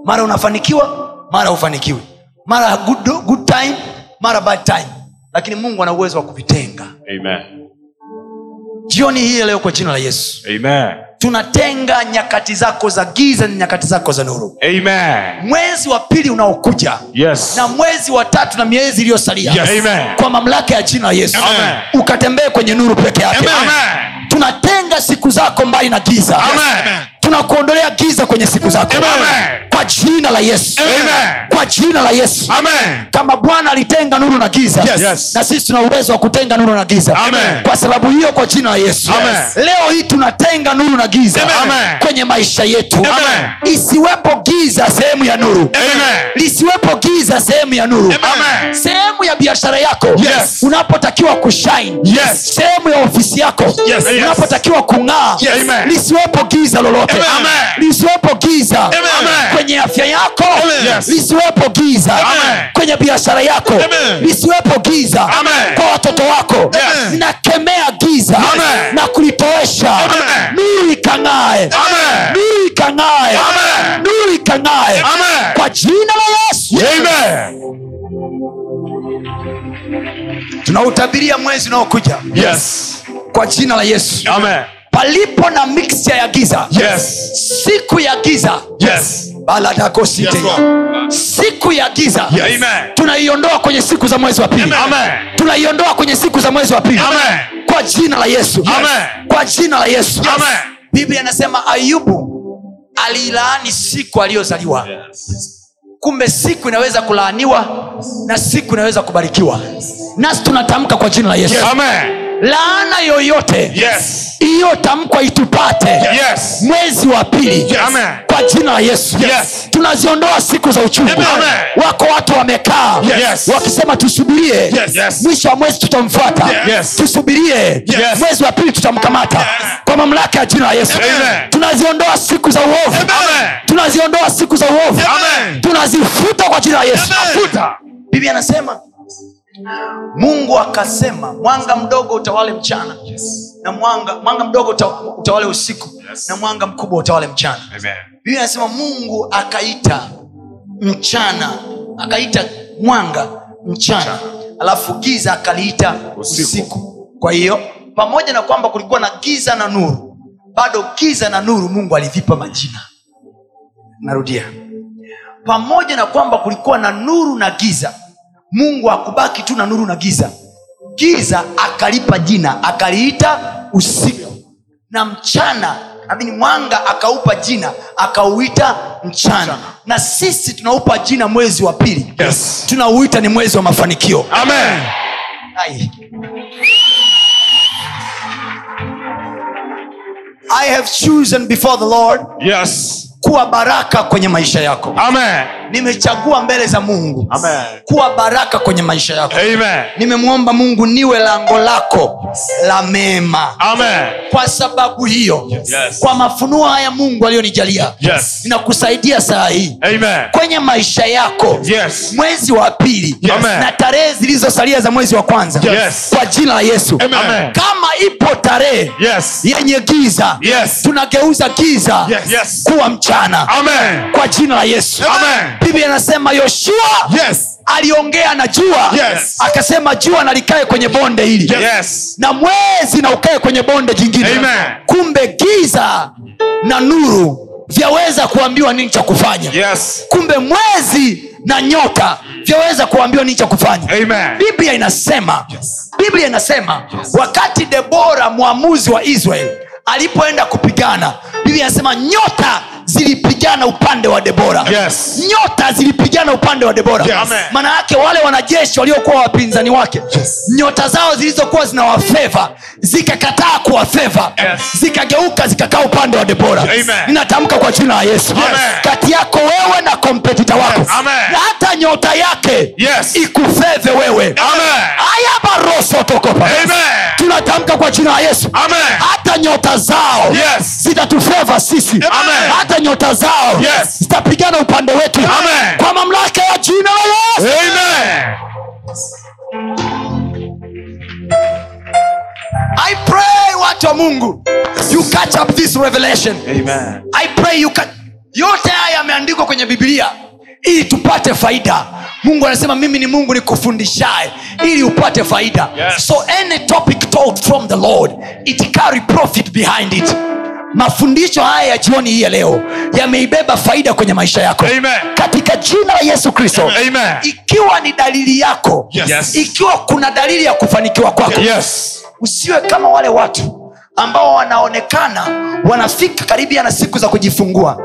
Speaker 2: mara unafanikiwa mara hufanikiwi mara good, good time mara bad time lakini mungu ana uwezo wa kuvitenga
Speaker 3: Amen.
Speaker 2: jioni hii ya leo kwa jina la yesu
Speaker 3: Amen.
Speaker 2: tunatenga nyakati zako za giza na nyakati zako za nuru
Speaker 3: Amen.
Speaker 2: mwezi wa pili unaokuja
Speaker 3: Yes.
Speaker 2: na mwezi wa tatu na miezi iliyosalia
Speaker 3: Yes. Amen.
Speaker 2: kwa mamlaka ya jina la yesu
Speaker 3: Amen.
Speaker 2: ukatembee kwenye nuru peke yake
Speaker 3: Amen.
Speaker 2: tunatenga siku zako mbali na giza
Speaker 3: Amen.
Speaker 2: tunakuondolea giza kwenye siku zako
Speaker 3: Amen.
Speaker 2: kwa jina la yesu
Speaker 3: Amen.
Speaker 2: kwa jina la yesu
Speaker 3: Amen.
Speaker 2: kama bwana alitenga nuru na giza
Speaker 3: Yes. Yes.
Speaker 2: na sisi tuna uwezo wa kutenga nuru na giza
Speaker 3: Amen.
Speaker 2: kwa sababu hiyo kwa jina la yesu
Speaker 3: Amen.
Speaker 2: leo hii tunatenga nuru na giza
Speaker 3: Amen.
Speaker 2: kwenye maisha yetu
Speaker 3: Amen.
Speaker 2: isiwepo giza sehemu ya nuru
Speaker 3: Amen.
Speaker 2: lisiwepo giza sehemu ya nuru
Speaker 3: Amen.
Speaker 2: sehemu ya biashara yako
Speaker 3: Yes.
Speaker 2: unapotakiwa kushine
Speaker 3: Yes.
Speaker 2: sehemu ya ofisi yako
Speaker 3: Yes.
Speaker 2: unapotakiwa kung'aa
Speaker 3: Yes. Amen.
Speaker 2: lisiwepo giza lolote
Speaker 3: Amen.
Speaker 2: lisiwepo giza
Speaker 3: Amen.
Speaker 2: kwenye afya yako
Speaker 3: Yes.
Speaker 2: lisiwepo giza
Speaker 3: Amen.
Speaker 2: kwenye biashara yako
Speaker 3: Amen.
Speaker 2: lisiwepo giza
Speaker 3: Amen.
Speaker 2: kwa watoto wako
Speaker 3: Yes.
Speaker 2: nakemea giza
Speaker 3: Amen.
Speaker 2: na kulitoesha
Speaker 3: Amen.
Speaker 2: nuru ikang'ae
Speaker 3: Amen.
Speaker 2: nuru ikang'ae
Speaker 3: Amen.
Speaker 2: nuru ikang'ae
Speaker 3: Amen.
Speaker 2: kwa jina la yesu
Speaker 3: Amen.
Speaker 2: tunautabiria mwezi unaokuja
Speaker 3: Yes.
Speaker 2: kwa jina la yesu
Speaker 3: Amen.
Speaker 2: palipo na mixture ya giza
Speaker 3: Yes.
Speaker 2: siku ya giza
Speaker 3: Yes.
Speaker 2: baladakosite
Speaker 3: Yes, Lord.
Speaker 2: siku ya giza
Speaker 3: Yes. Amen.
Speaker 2: tunaiondoa kwenye siku za mwezi wa pili
Speaker 3: Amen.
Speaker 2: tunaiondoa kwenye siku za mwezi wa pili
Speaker 3: Amen.
Speaker 2: kwa jina la yesu
Speaker 3: Amen.
Speaker 2: kwa jina la yesu
Speaker 3: Amen.
Speaker 2: biblia inasema ayubu aliilaani siku aliyozaliwa
Speaker 3: Yes.
Speaker 2: kumbe siku inaweza kulaaniwa na siku inaweza kubarikiwa nasi tunatamka kwa jina la yesu
Speaker 3: Amen.
Speaker 2: laana yoyote
Speaker 3: Yes.
Speaker 2: iliyotamkwa itupate
Speaker 3: Yes.
Speaker 2: mwezi wa pili
Speaker 3: Amen.
Speaker 2: kwa jina la yesu
Speaker 3: Yes.
Speaker 2: tunaziondoa siku za uchungu
Speaker 3: Amen.
Speaker 2: wako watu wamekaa
Speaker 3: Yes.
Speaker 2: wakisema tusubirie
Speaker 3: Yes.
Speaker 2: mwisho wa mwezi tutamfuata
Speaker 3: Yes.
Speaker 2: tusubirie
Speaker 3: Yes.
Speaker 2: mwezi wa pili tutamkamata kwa mamlaka ya jina la yesu
Speaker 3: Amen.
Speaker 2: tunaziondoa siku za uovu
Speaker 3: Amen.
Speaker 2: tunaziondoa siku za uovu
Speaker 3: Amen.
Speaker 2: tunazifuta kwa jina la yesu
Speaker 3: Futa.
Speaker 2: biblia anasema mungu akasema mwanga mdogo utawale mchana na mwanga mwanga mdogo uta- utawale usiku
Speaker 3: Yes.
Speaker 2: na mwanga mkubwa utawale mchana
Speaker 3: Amen.
Speaker 2: biblia anasema mungu akaita mchana akaita mwanga mchana alafu giza akaliita usiku,
Speaker 3: Usiku.
Speaker 2: kwa hiyo pamoja na kwamba kulikuwa na giza na nuru bado giza na nuru mungu alivipa majina narudia pamoja na kwamba kulikuwa na nuru na giza mungu hakubaki tu na nuru na giza giza akalipa jina akaliita usiku na mchana amini mwanga akaupa jina akauita mchana na sisi tunaupa jina mwezi wa pili
Speaker 3: Yes.
Speaker 2: tunauita ni mwezi wa mafanikio
Speaker 3: Amen.
Speaker 2: Ai. i have chosen before the lord
Speaker 3: Yes.
Speaker 2: kuwa baraka kwenye maisha yako
Speaker 3: Amen.
Speaker 2: nimechagua mbele za mungu
Speaker 3: Amen.
Speaker 2: kuwa baraka kwenye maisha yako
Speaker 3: Amen.
Speaker 2: nimemwomba mungu niwe lango lako la mema
Speaker 3: Amen.
Speaker 2: kwa sababu hiyo
Speaker 3: Yes.
Speaker 2: kwa mafunuo haya mungu aliyonijalia
Speaker 3: Yes.
Speaker 2: ninakusaidia saa hii
Speaker 3: Amen.
Speaker 2: kwenye maisha yako
Speaker 3: Yes.
Speaker 2: mwezi wa pili
Speaker 3: Yes. Amen.
Speaker 2: na tarehe zilizosalia za mwezi wa kwanza
Speaker 3: Yes.
Speaker 2: kwa jina la yesu
Speaker 3: Amen.
Speaker 2: kama ipo tarehe
Speaker 3: Yes.
Speaker 2: yenye giza
Speaker 3: Yes.
Speaker 2: tunageuza giza
Speaker 3: Yes. Yes.
Speaker 2: kuwa mchana
Speaker 3: Amen.
Speaker 2: kwa jina la yesu
Speaker 3: Amen.
Speaker 2: biblia inasema yoshua
Speaker 3: Yes.
Speaker 2: aliongea na jua
Speaker 3: Yes.
Speaker 2: akasema jua nalikae kwenye bonde hili
Speaker 3: Yes.
Speaker 2: na mwezi na ukae kwenye bonde jingine
Speaker 3: Amen.
Speaker 2: kumbe giza na nuru vyaweza kuambiwa nini cha kufanya
Speaker 3: Yes.
Speaker 2: kumbe mwezi na nyota vyaweza kuambiwa nini cha kufanya
Speaker 3: Amen.
Speaker 2: biblia inasema biblia inasema wakati debora mwamuzi wa israel alipoenda kupigana biblia inasema nyota zilipigana upande wa debora
Speaker 3: Yes.
Speaker 2: nyota zilipigana upande wa debora
Speaker 3: Yes. Amen.
Speaker 2: maana yake wale wanajeshi waliokuwa wapinzani wake nyota zao zilizokuwa zinawafeva zikakataa kuwafeva
Speaker 3: Yes.
Speaker 2: zikageuka zikakaa upande wa debora
Speaker 3: Amen.
Speaker 2: ninatamka kwa jina la yesu
Speaker 3: Amen.
Speaker 2: kati yako wewe na kompetita wako
Speaker 3: Yes. Amen.
Speaker 2: na hata nyota yake
Speaker 3: Yes.
Speaker 2: ikufeve wewe
Speaker 3: Amen.
Speaker 2: ayabarosotokopa
Speaker 3: Amen.
Speaker 2: tunatamka kwa jina la yesu
Speaker 3: Amen.
Speaker 2: hata nyota zao
Speaker 3: Yes.
Speaker 2: zitatufeva sisi
Speaker 3: Amen.
Speaker 2: hata nyota zao
Speaker 3: Yes.
Speaker 2: zitapigana upande wetu
Speaker 3: Amen.
Speaker 2: kwa mamlaka ya jina la yesu
Speaker 3: Amen.
Speaker 2: catch up this revelation
Speaker 3: Amen.
Speaker 2: i pray you catch... yote haya yameandikwa kwenye bibilia ili tupate faida mungu anasema mimi ni mungu nikufundishaye ili upate faida
Speaker 3: Yes.
Speaker 2: so any topic taught from the lord it carry profit behind it mafundisho haya ya jioni hii ya leo yameibeba faida kwenye maisha yako
Speaker 3: Amen.
Speaker 2: katika jina la yesu kristo
Speaker 3: Amen.
Speaker 2: ikiwa ni dalili yako
Speaker 3: Yes.
Speaker 2: ikiwa kuna dalili ya kufanikiwa kwako
Speaker 3: Yes.
Speaker 2: usiwe kama wale watu ambao wanaonekana wanafika karibia na siku za kujifungua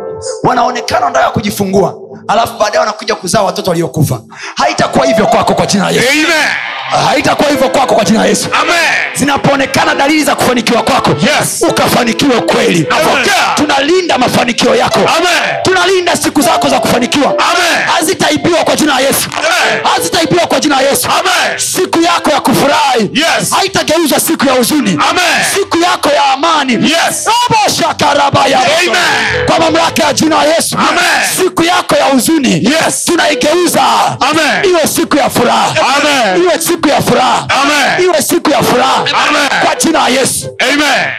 Speaker 2: wanaonekana wanataka kujifungua alafu baadaye wanakuja kuzaa watoto waliokufa haitakuwa hivyo kwako kwa jina la yesu
Speaker 3: Amen.
Speaker 2: haitakuwa hivyo kwako kwa jina la yesu
Speaker 3: Amen.
Speaker 2: zinapoonekana dalili za kufanikiwa kwako
Speaker 3: Yes.
Speaker 2: ukafanikiwe kweli
Speaker 3: Napokea.
Speaker 2: tunalinda mafanikio yako
Speaker 3: Amen.
Speaker 2: tunalinda siku zako za kufanikiwa
Speaker 3: Amen.
Speaker 2: hazitaibiwa kwa jina la yesu
Speaker 3: Amen.
Speaker 2: hazitaibiwa kwa jina la yesu
Speaker 3: Amen.
Speaker 2: siku yako ya kufurahi
Speaker 3: Yes.
Speaker 2: haitageuzwa siku ya huzuni
Speaker 3: Amen.
Speaker 2: siku yako ya amani
Speaker 3: Yes.
Speaker 2: Aboshakarabaya.
Speaker 3: Amen.
Speaker 2: kwa mamlaka ya jina la yesu
Speaker 3: Amen.
Speaker 2: siku yako ya huzuni
Speaker 3: Yes.
Speaker 2: tunaigeuza
Speaker 3: Amen.
Speaker 2: iwe siku ya furaha
Speaker 3: Amen.
Speaker 2: iwe siku ya furaha
Speaker 3: Amen.
Speaker 2: iwe siku ya furaha
Speaker 3: Amen.
Speaker 2: kwa jina la yesu
Speaker 3: Amen.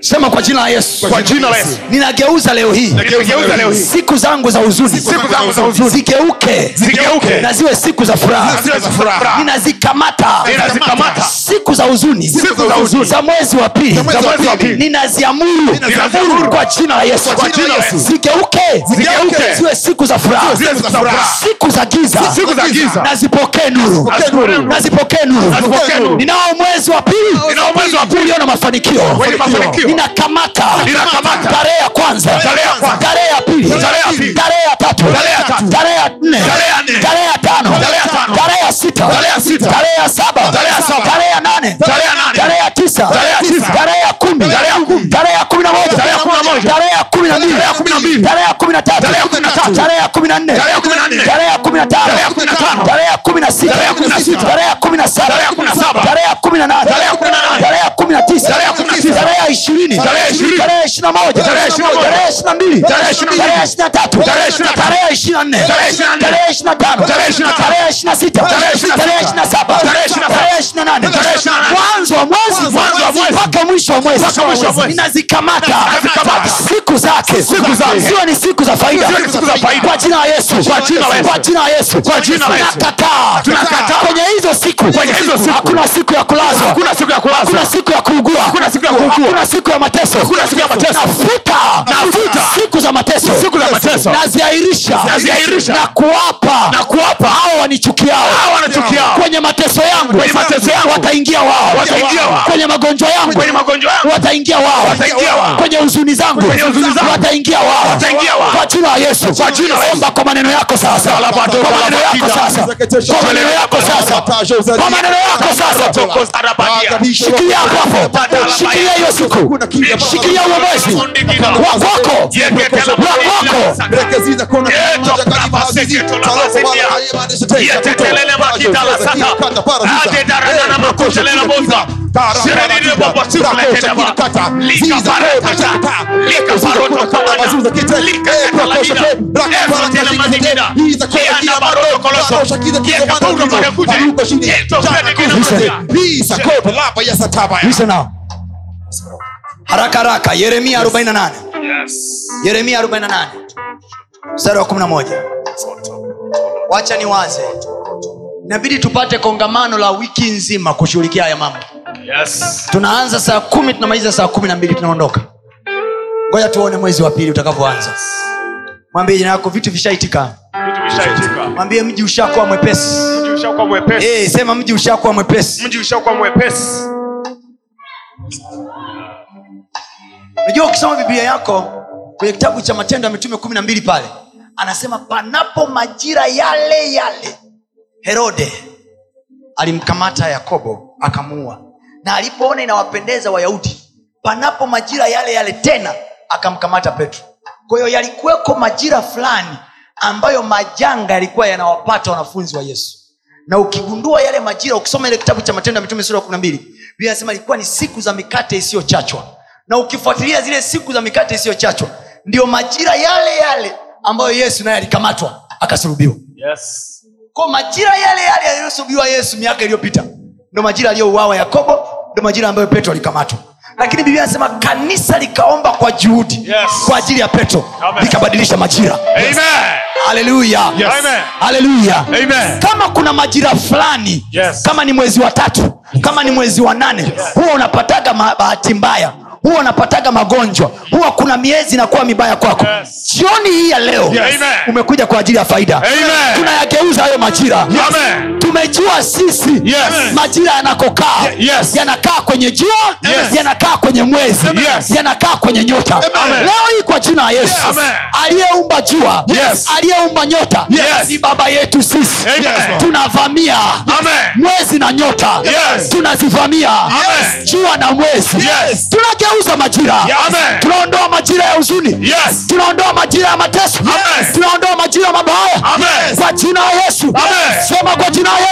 Speaker 2: sema kwa jina la yesu
Speaker 3: Kwa jina la Yesu.
Speaker 2: ninageuza leo hii
Speaker 3: Ninageuza leo hii.
Speaker 2: siku zangu za huzuni
Speaker 3: Siku zangu za huzuni.
Speaker 2: zigeuke
Speaker 3: Zigeuke.
Speaker 2: na ziwe siku za furaha
Speaker 3: Na ziwe za furaha.
Speaker 2: ninazikamata
Speaker 3: Ninazikamata.
Speaker 2: siku za huzuni
Speaker 3: Siku za huzuni.
Speaker 2: za mwezi wa pili
Speaker 3: mwezi wa
Speaker 2: Za-
Speaker 3: pili.
Speaker 2: ninaziamuru
Speaker 3: Ninaziamuru.
Speaker 2: kwa jina la yesu
Speaker 3: Kwa jina la Yesu.
Speaker 2: zigeuke
Speaker 3: Zigeuke.
Speaker 2: ziwe siku za furaha
Speaker 3: Ziwe siku za furaha.
Speaker 2: siku za giza
Speaker 3: Siku za giza.
Speaker 2: nazipokee nuru
Speaker 3: Nazipokee nuru.
Speaker 2: nazipokee
Speaker 3: Nazipokee
Speaker 2: nuru
Speaker 3: nuru.
Speaker 2: ninao mwezi wa pili
Speaker 3: Ninao mwezi wa pili.
Speaker 2: ulio na mafanikio
Speaker 3: Wenye mafanikio.
Speaker 2: ninakamata
Speaker 3: Ninakamata.
Speaker 2: tarehe ya kwanza
Speaker 3: Tarehe ya kwanza.
Speaker 2: tarehe ya pili
Speaker 3: Tarehe ya pili.
Speaker 2: tarehe ya tatu
Speaker 3: Tarehe ya tatu.
Speaker 2: tarehe ya nne
Speaker 3: Tarehe ya nne.
Speaker 2: tarehe ya tano
Speaker 3: Tarehe ya tano.
Speaker 2: tarehe ya sita
Speaker 3: Tarehe ya sita.
Speaker 2: tarehe ya saba
Speaker 3: Tarehe ya saba.
Speaker 2: tarehe ya nane
Speaker 3: Tarehe ya nane.
Speaker 2: tarehe ya tisa
Speaker 3: Tarehe ya tisa.
Speaker 2: tarehe ya kumi
Speaker 3: Tarehe ya kumi.
Speaker 2: tarehe ya kumi na moja
Speaker 3: Tarehe ya kumi na moja.
Speaker 2: tarehe ya kumi na mbili
Speaker 3: Tarehe ya kumi na mbili.
Speaker 2: tarehe ya kumi na tatu
Speaker 3: Tarehe ya kumi na tatu.
Speaker 2: tarehe ya kumi na nne
Speaker 3: Tarehe ya kumi na nne.
Speaker 2: tarehe ya kumi na tano
Speaker 3: Tarehe ya kumi na tano.
Speaker 2: tarehe ya kumi na sita
Speaker 3: Tarehe ya kumi na sita.
Speaker 2: tarehe ya kumi na saba
Speaker 3: Tarehe ya kumi na saba.
Speaker 2: tarehe ya kumi na nane
Speaker 3: Tarehe ya kumi na nane.
Speaker 2: tarehe ya kumi na tisa
Speaker 3: Tarehe ya kumi na tisa.
Speaker 2: tarehe ya ishirini
Speaker 3: Tarehe ya ishirini.
Speaker 2: tarehe ya ishirini na moja
Speaker 3: Tarehe ya ishirini na moja.
Speaker 2: tarehe ya ishirini na mbili
Speaker 3: Tarehe ya ishirini na mbili.
Speaker 2: tarehe ya ishirini na tatu
Speaker 3: Tarehe ya ishirini na tatu.
Speaker 2: tarehe ya ishirini na nne
Speaker 3: Tarehe ya ishirini na nne.
Speaker 2: tarehe ya ishirini na tano
Speaker 3: Tarehe ya ishirini na tano.
Speaker 2: tarehe ya ishirini na sita
Speaker 3: Tarehe ya ishirini na sita.
Speaker 2: tarehe ya ishirini na saba
Speaker 3: Tarehe ya ishirini na saba.
Speaker 2: tarehe ya ishirini na nane
Speaker 3: Tarehe ya ishirini na nane.
Speaker 2: mwanzo wa mwezi
Speaker 3: Mwanzo wa mwezi.
Speaker 2: mpaka mwisho wa mwezi
Speaker 3: Mpaka mwisho wa mwezi.
Speaker 2: ninazikamata
Speaker 3: Ninazikamata.
Speaker 2: siku zake
Speaker 3: Siku zake.
Speaker 2: ziwe ni siku za faida
Speaker 3: Ziwe ni siku za faida.
Speaker 2: kwa jina la yesu
Speaker 3: Kwa jina la Yesu.
Speaker 2: Kwa jina la yesu
Speaker 3: Kwa jina la Yesu.
Speaker 2: tunakataa
Speaker 3: Tunakataa.
Speaker 2: kwenye hizo siku
Speaker 3: Kwenye hizo siku.
Speaker 2: hakuna siku ya kulazwa
Speaker 3: Hakuna siku ya kulazwa.
Speaker 2: Hakuna siku ya kuugua
Speaker 3: Hakuna siku ya kuugua.
Speaker 2: Hakuna siku ya mateso
Speaker 3: Hakuna siku ya mateso.
Speaker 2: nafuta
Speaker 3: Nafuta.
Speaker 2: siku za mateso
Speaker 3: Siku za mateso.
Speaker 2: naziahirisha
Speaker 3: Naziahirisha.
Speaker 2: na kuwapa
Speaker 3: Na kuwapa.
Speaker 2: hao wanichukiao
Speaker 3: Hao wanachukiao.
Speaker 2: kwenye mateso yangu
Speaker 3: Kwenye mateso yangu.
Speaker 2: wataingia wao
Speaker 3: Wataingia wao.
Speaker 2: kwenye magonjwa yangu
Speaker 3: Kwenye magonjwa yangu.
Speaker 2: wataingia wao
Speaker 3: Wataingia wao.
Speaker 2: kwenye huzuni zangu
Speaker 3: Kwenye huzuni zangu.
Speaker 2: wataingia wao
Speaker 3: Wataingia wao.
Speaker 2: kwa jina la yesu
Speaker 5: Kwa jina la Yesu.
Speaker 2: omba kwa maneno yako sasa kwa maneno yako sasa kwa maneno yako sasa kwa maneno yako sasa
Speaker 3: Toko sarabadia.
Speaker 2: shikilia hapo hapo shikilia hiyo siku shikilia huo mwezi wa kwako wa kwako
Speaker 5: Yes.
Speaker 2: Listen now. haraka haraka yeremia 48
Speaker 3: Yes.
Speaker 2: yeremia 48 mstari wa 11 wacha ni waze inabidi tupate kongamano la wiki nzima kushughulikia haya mambo
Speaker 3: Yes.
Speaker 2: tunaanza saa kumi tunamaliza saa kumi na mbili tunaondoka ngoja tuone mwezi wa pili utakavyoanza mwambie jina yako vitu vishaitika
Speaker 3: Vitu vishaitika.
Speaker 2: mwambie mji ushakuwa mwepesi
Speaker 3: Mji ushakuwa mwepesi.
Speaker 2: hey, sema mji ushakuwa mwepesi
Speaker 3: Mji ushakuwa mwepesi.
Speaker 2: unajua ukisoma biblia yako kwenye kitabu cha matendo ya mitume kumi na mbili pale anasema panapo majira yale yale herode alimkamata yakobo akamuua na alipoona inawapendeza wayahudi panapo majira yale yale tena akamkamata petro kwa hiyo yalikuweko majira fulani ambayo majanga yalikuwa yanawapata wanafunzi wa yesu na ukigundua yale majira ukisoma ile kitabu cha matendo ya mitume sura kumi na mbili biblia inasema ilikuwa ni siku za mikate isiyochachwa na ukifuatilia zile siku za mikate isiyochachwa ndio majira yale yale ambayo yesu naye alikamatwa akasulubiwa
Speaker 3: Yes.
Speaker 2: kwa majira yale yale yaliyosulubiwa yesu miaka iliyopita ndo majira aliyouawa yakobo ndo majira ambayo petro alikamatwa lakini biblia anasema kanisa likaomba kwa juhudi
Speaker 3: Yes.
Speaker 2: kwa ajili ya petro
Speaker 3: Amen.
Speaker 2: likabadilisha majira
Speaker 3: Amen.
Speaker 2: haleluya
Speaker 3: Yes. Amen.
Speaker 2: haleluya
Speaker 3: Amen.
Speaker 2: kama kuna majira fulani
Speaker 3: Yes.
Speaker 2: kama ni mwezi wa tatu kama ni mwezi wa nane huwa unapataga ma- bahati mbaya huwa unapataga magonjwa huwa kuna miezi inakuwa mibaya kwako
Speaker 3: Yes.
Speaker 2: jioni hii ya leo
Speaker 3: Yes. Amen.
Speaker 2: umekuja kwa ajili ya faida
Speaker 3: Amen.
Speaker 2: tunayageuza hayo majira
Speaker 3: Amen.
Speaker 2: tumejua sisi
Speaker 3: Yes.
Speaker 2: majira yanakokaa
Speaker 3: Ye- yes.
Speaker 2: yanakaa kwenye jua
Speaker 3: Yes.
Speaker 2: yanakaa kwenye mwezi
Speaker 3: Yes.
Speaker 2: yanakaa kwenye nyota
Speaker 3: Amen.
Speaker 2: leo hii kwa jina la yesu
Speaker 3: Yes. Amen.
Speaker 2: aliyeumba jua
Speaker 3: Yes.
Speaker 2: aliyeumba nyota
Speaker 3: Yes.
Speaker 2: ni baba yetu sisi
Speaker 3: Amen.
Speaker 2: tunavamia
Speaker 3: Amen.
Speaker 2: mwezi na nyota
Speaker 3: Yes.
Speaker 2: tunazivamia
Speaker 3: Amen.
Speaker 2: jua na mwezi
Speaker 3: Yes.
Speaker 2: tunageuza majira
Speaker 3: Amen.
Speaker 2: tunaondoa majira ya huzuni
Speaker 3: Yes.
Speaker 2: tunaondoa majira ya mateso
Speaker 3: Amen.
Speaker 2: tunaondoa majira mabaya
Speaker 3: Amen.
Speaker 2: kwa jina la yesu
Speaker 3: Amen.
Speaker 2: sema kwa jina la yesu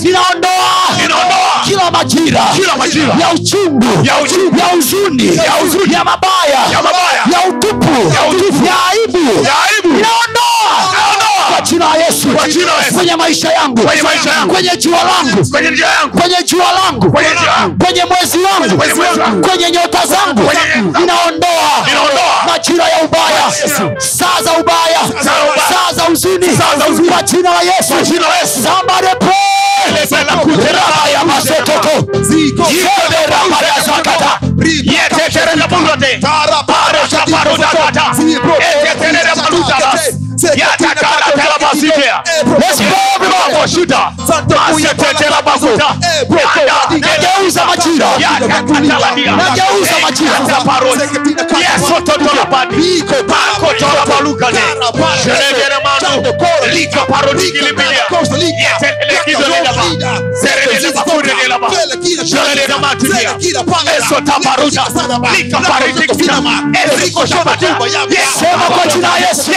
Speaker 3: Ninaondoa.
Speaker 2: ninaondoa kila majira
Speaker 3: Kila majira.
Speaker 2: ya uchungu
Speaker 3: Ya uchungu.
Speaker 2: ya huzuni
Speaker 3: Ya huzuni.
Speaker 2: ya mabaya
Speaker 3: Ya mabaya.
Speaker 2: ya utupu
Speaker 3: Ya utupu.
Speaker 2: ya aibu
Speaker 3: Ya aibu.
Speaker 2: ninaondoa
Speaker 3: Ninaondoa.
Speaker 2: kwa jina la yesu
Speaker 3: Kwa jina la Yesu.
Speaker 2: kwenye maisha yangu
Speaker 3: Kwenye maisha yangu.
Speaker 2: kwenye jua langu
Speaker 3: Kwenye njia yangu.
Speaker 2: kwenye jua langu
Speaker 3: Kwenye njia yangu.
Speaker 2: kwenye mwezi wangu
Speaker 3: Kwenye mwezi wangu.
Speaker 2: kwenye nyota zangu
Speaker 3: Kwenye nyota.
Speaker 2: ninaondoa
Speaker 3: Ninaondoa.
Speaker 2: majira ya ubaya saa za ubaya
Speaker 3: za ubaya.
Speaker 2: saa za huzuni kwa jina la yesu sambarepo rabaya masetoko ieberabayazakata
Speaker 3: Yeteterera bundote. Parosaparo dakata. Eteterera balutaras. Yatakala telabasitea.
Speaker 2: Let's go, everybody.
Speaker 3: Baboshuta. Masetetera
Speaker 2: Eh,
Speaker 3: bakuta. Yanda.
Speaker 2: nageuza majira
Speaker 3: Yakakataladia.
Speaker 2: nageuza majira
Speaker 3: Taparoni. Yeso totola pani. Pako tola balukane. Sheregere manu. Lika paroni kilibilia. Yetetele kizolelaba. Serelele bakurelelaba. Sheregere matilia. Eso taparuta. Lika paritikita. Eziko shabata. Yeso.
Speaker 2: sema kwa jina la yesu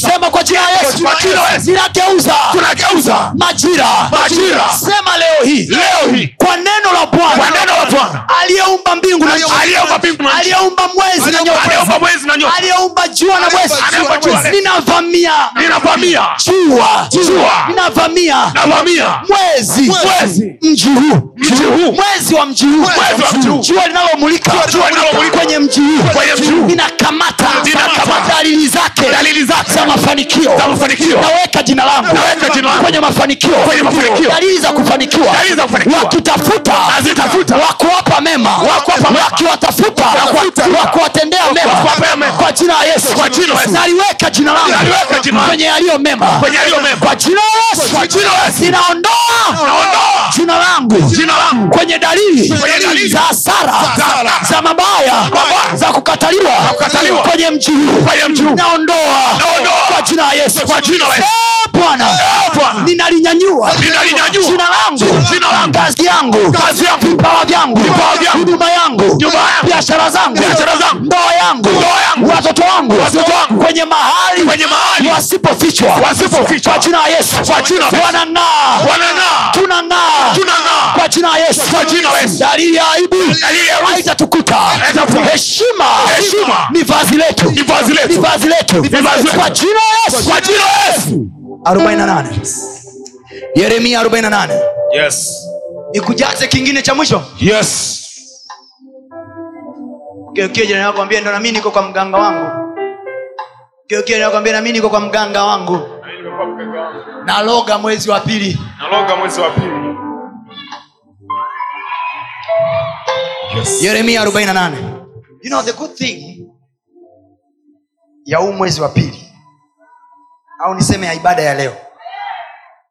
Speaker 2: sema kwa jina la yesu
Speaker 3: Kwa jina la Yesu.
Speaker 2: ninageuza
Speaker 3: Tunageuza.
Speaker 2: majira
Speaker 3: Majira.
Speaker 2: sema leo hii
Speaker 3: Leo hii.
Speaker 2: kwa neno la bwana
Speaker 3: Kwa neno la Bwana.
Speaker 2: aliyeumba mbingu na nchi.
Speaker 3: Aliyeumba mbingu na nchi.
Speaker 2: aliyeumba mwezi na
Speaker 3: Aliyeumba
Speaker 2: nyota
Speaker 3: mwezi na nyota.
Speaker 2: aliyeumba jua na mwezi
Speaker 3: Aliyeumba jua na mwezi.
Speaker 2: ninavamia
Speaker 3: Ninavamia.
Speaker 2: jua
Speaker 3: Jua.
Speaker 2: ninavamia
Speaker 3: Navamia.
Speaker 2: mwezi
Speaker 3: Mwezi.
Speaker 2: mji huu
Speaker 3: Mji huu.
Speaker 2: mwezi wa mji huu
Speaker 3: Mwezi wa mji huu.
Speaker 2: jua linalomulika
Speaker 3: Jua linalomulika.
Speaker 2: kwenye mji huu
Speaker 3: Kwenye mji huu.
Speaker 2: ninakamata
Speaker 3: Ninakamata.
Speaker 2: dalili zake
Speaker 3: Dalili zake.
Speaker 2: za mafanikio
Speaker 3: Za mafanikio.
Speaker 2: naweka jina langu
Speaker 3: Naweka jina langu.
Speaker 2: kwenye mafanikio
Speaker 3: Kwenye mafanikio.
Speaker 2: dalili za kufanikiwa
Speaker 3: Dalili za kufanikiwa.
Speaker 2: wakitafuta
Speaker 3: Nazitafuta.
Speaker 2: wakuwapa mema
Speaker 3: Wakuwapa mema.
Speaker 2: wakiwatafuta
Speaker 3: Wakuwatafuta.
Speaker 2: wakuwatendea
Speaker 3: Wakuwapa
Speaker 2: mema
Speaker 3: mema.
Speaker 2: kwa jina la yesu
Speaker 3: Kwa jina la Yesu.
Speaker 2: naliweka jina langu
Speaker 3: Naliweka jina langu.
Speaker 2: kwenye yaliyo mema
Speaker 3: Kwenye yaliyo mema.
Speaker 2: kwa jina la
Speaker 3: Kwa
Speaker 2: yesu
Speaker 3: jina la Yesu.
Speaker 2: ninaondoa
Speaker 3: Naondoa.
Speaker 2: jina langu
Speaker 3: Jina langu.
Speaker 2: kwenye dalili
Speaker 3: Kwenye dalili.
Speaker 2: za hasara
Speaker 3: Za hasara.
Speaker 2: za mabaya
Speaker 3: Mabaya.
Speaker 2: za kukataliwa
Speaker 3: kukataliwa.
Speaker 2: kwenye mji huu.
Speaker 3: Kwenye mji huu.
Speaker 2: naondoa
Speaker 3: Naondoa.
Speaker 2: kwa jina la yesu
Speaker 3: Kwa jina la Yesu.
Speaker 2: Eh, bwana
Speaker 3: Eh, Bwana.
Speaker 2: ninalinyanyua
Speaker 3: Ninalinyanyua.
Speaker 2: jina langu
Speaker 3: Jina langu.
Speaker 2: kazi yangu
Speaker 3: Kazi yangu.
Speaker 2: vipawa vyangu
Speaker 3: Vipawa vyangu.
Speaker 2: huduma yangu
Speaker 3: Huduma yangu.
Speaker 2: biashara zangu
Speaker 3: Biashara zangu.
Speaker 2: ndoa yangu
Speaker 3: Ndoa yangu.
Speaker 2: watoto wangu
Speaker 3: Watoto wangu.
Speaker 2: kwenye mahali
Speaker 3: Kwenye mahali.
Speaker 2: wasipofichwa
Speaker 3: Wasipofichwa.
Speaker 2: kwa jina la yesu
Speaker 3: Kwa jina la Yesu.
Speaker 2: wanang'aa
Speaker 3: Wanang'aa.
Speaker 2: tunang'aa
Speaker 3: Tunang'aa.
Speaker 2: kwa jina la yesu
Speaker 3: Kwa jina la Yesu.
Speaker 2: dalili ya aibu
Speaker 3: Dalili ya aibu.
Speaker 2: haitatukuta
Speaker 3: Haitatukuta.
Speaker 2: heshima
Speaker 3: Heshima.
Speaker 2: ni vazi letu
Speaker 3: Ni vazi letu.
Speaker 2: Ni vazi letu
Speaker 3: vazi letu.
Speaker 2: kwa jina la yesu
Speaker 3: Kwa jina la Yesu.
Speaker 2: 48 yeremia 48
Speaker 3: Yes.
Speaker 2: nikujaze kingine cha mwisho
Speaker 3: Yes.
Speaker 2: geukie jirani yako ambia ndo nami niko kwa mganga wangu geukie jirani yako ambia nami niko kwa mganga wangu naloga mwezi wa pili
Speaker 3: Naloga mwezi wa pili.
Speaker 2: yeremia 48 you know the good thing ya huu mwezi wa pili au niseme ya ibada ya leo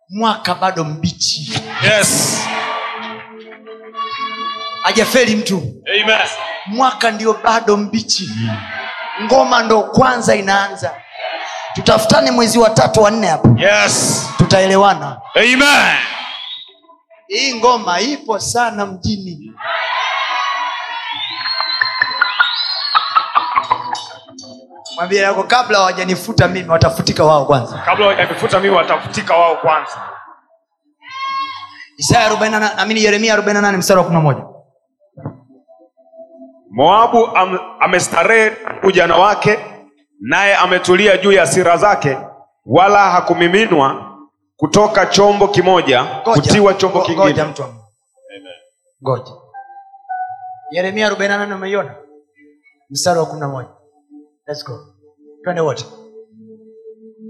Speaker 2: mwaka bado mbichi
Speaker 3: Yes.
Speaker 2: hajafeli mtu
Speaker 3: Amen.
Speaker 2: mwaka ndio bado mbichi ngoma ndo kwanza inaanza tutafutane mwezi wa tatu wa nne hapo
Speaker 3: Yes.
Speaker 2: tutaelewana
Speaker 3: Amen.
Speaker 2: hii ngoma ipo sana mjini mwambie yako kabla hawajanifuta mimi watafutika wao kwanza
Speaker 3: Kabla hawajakufuta mimi watafutika wao kwanza.
Speaker 2: isaya 48 amini yeremia 48 mstari wa 11
Speaker 3: Moabu am, amestarehe ujana wake, naye ametulia juu ya sira zake, wala hakumiminwa kutoka chombo kimoja
Speaker 2: Ngoja.
Speaker 3: kutiwa chombo
Speaker 2: Ngo- ngoja,
Speaker 3: kingine
Speaker 2: mtu wa Mungu. ngoja yeremia arobaini na nane umeiona mstari wa kumi na moja Let's go. twende wote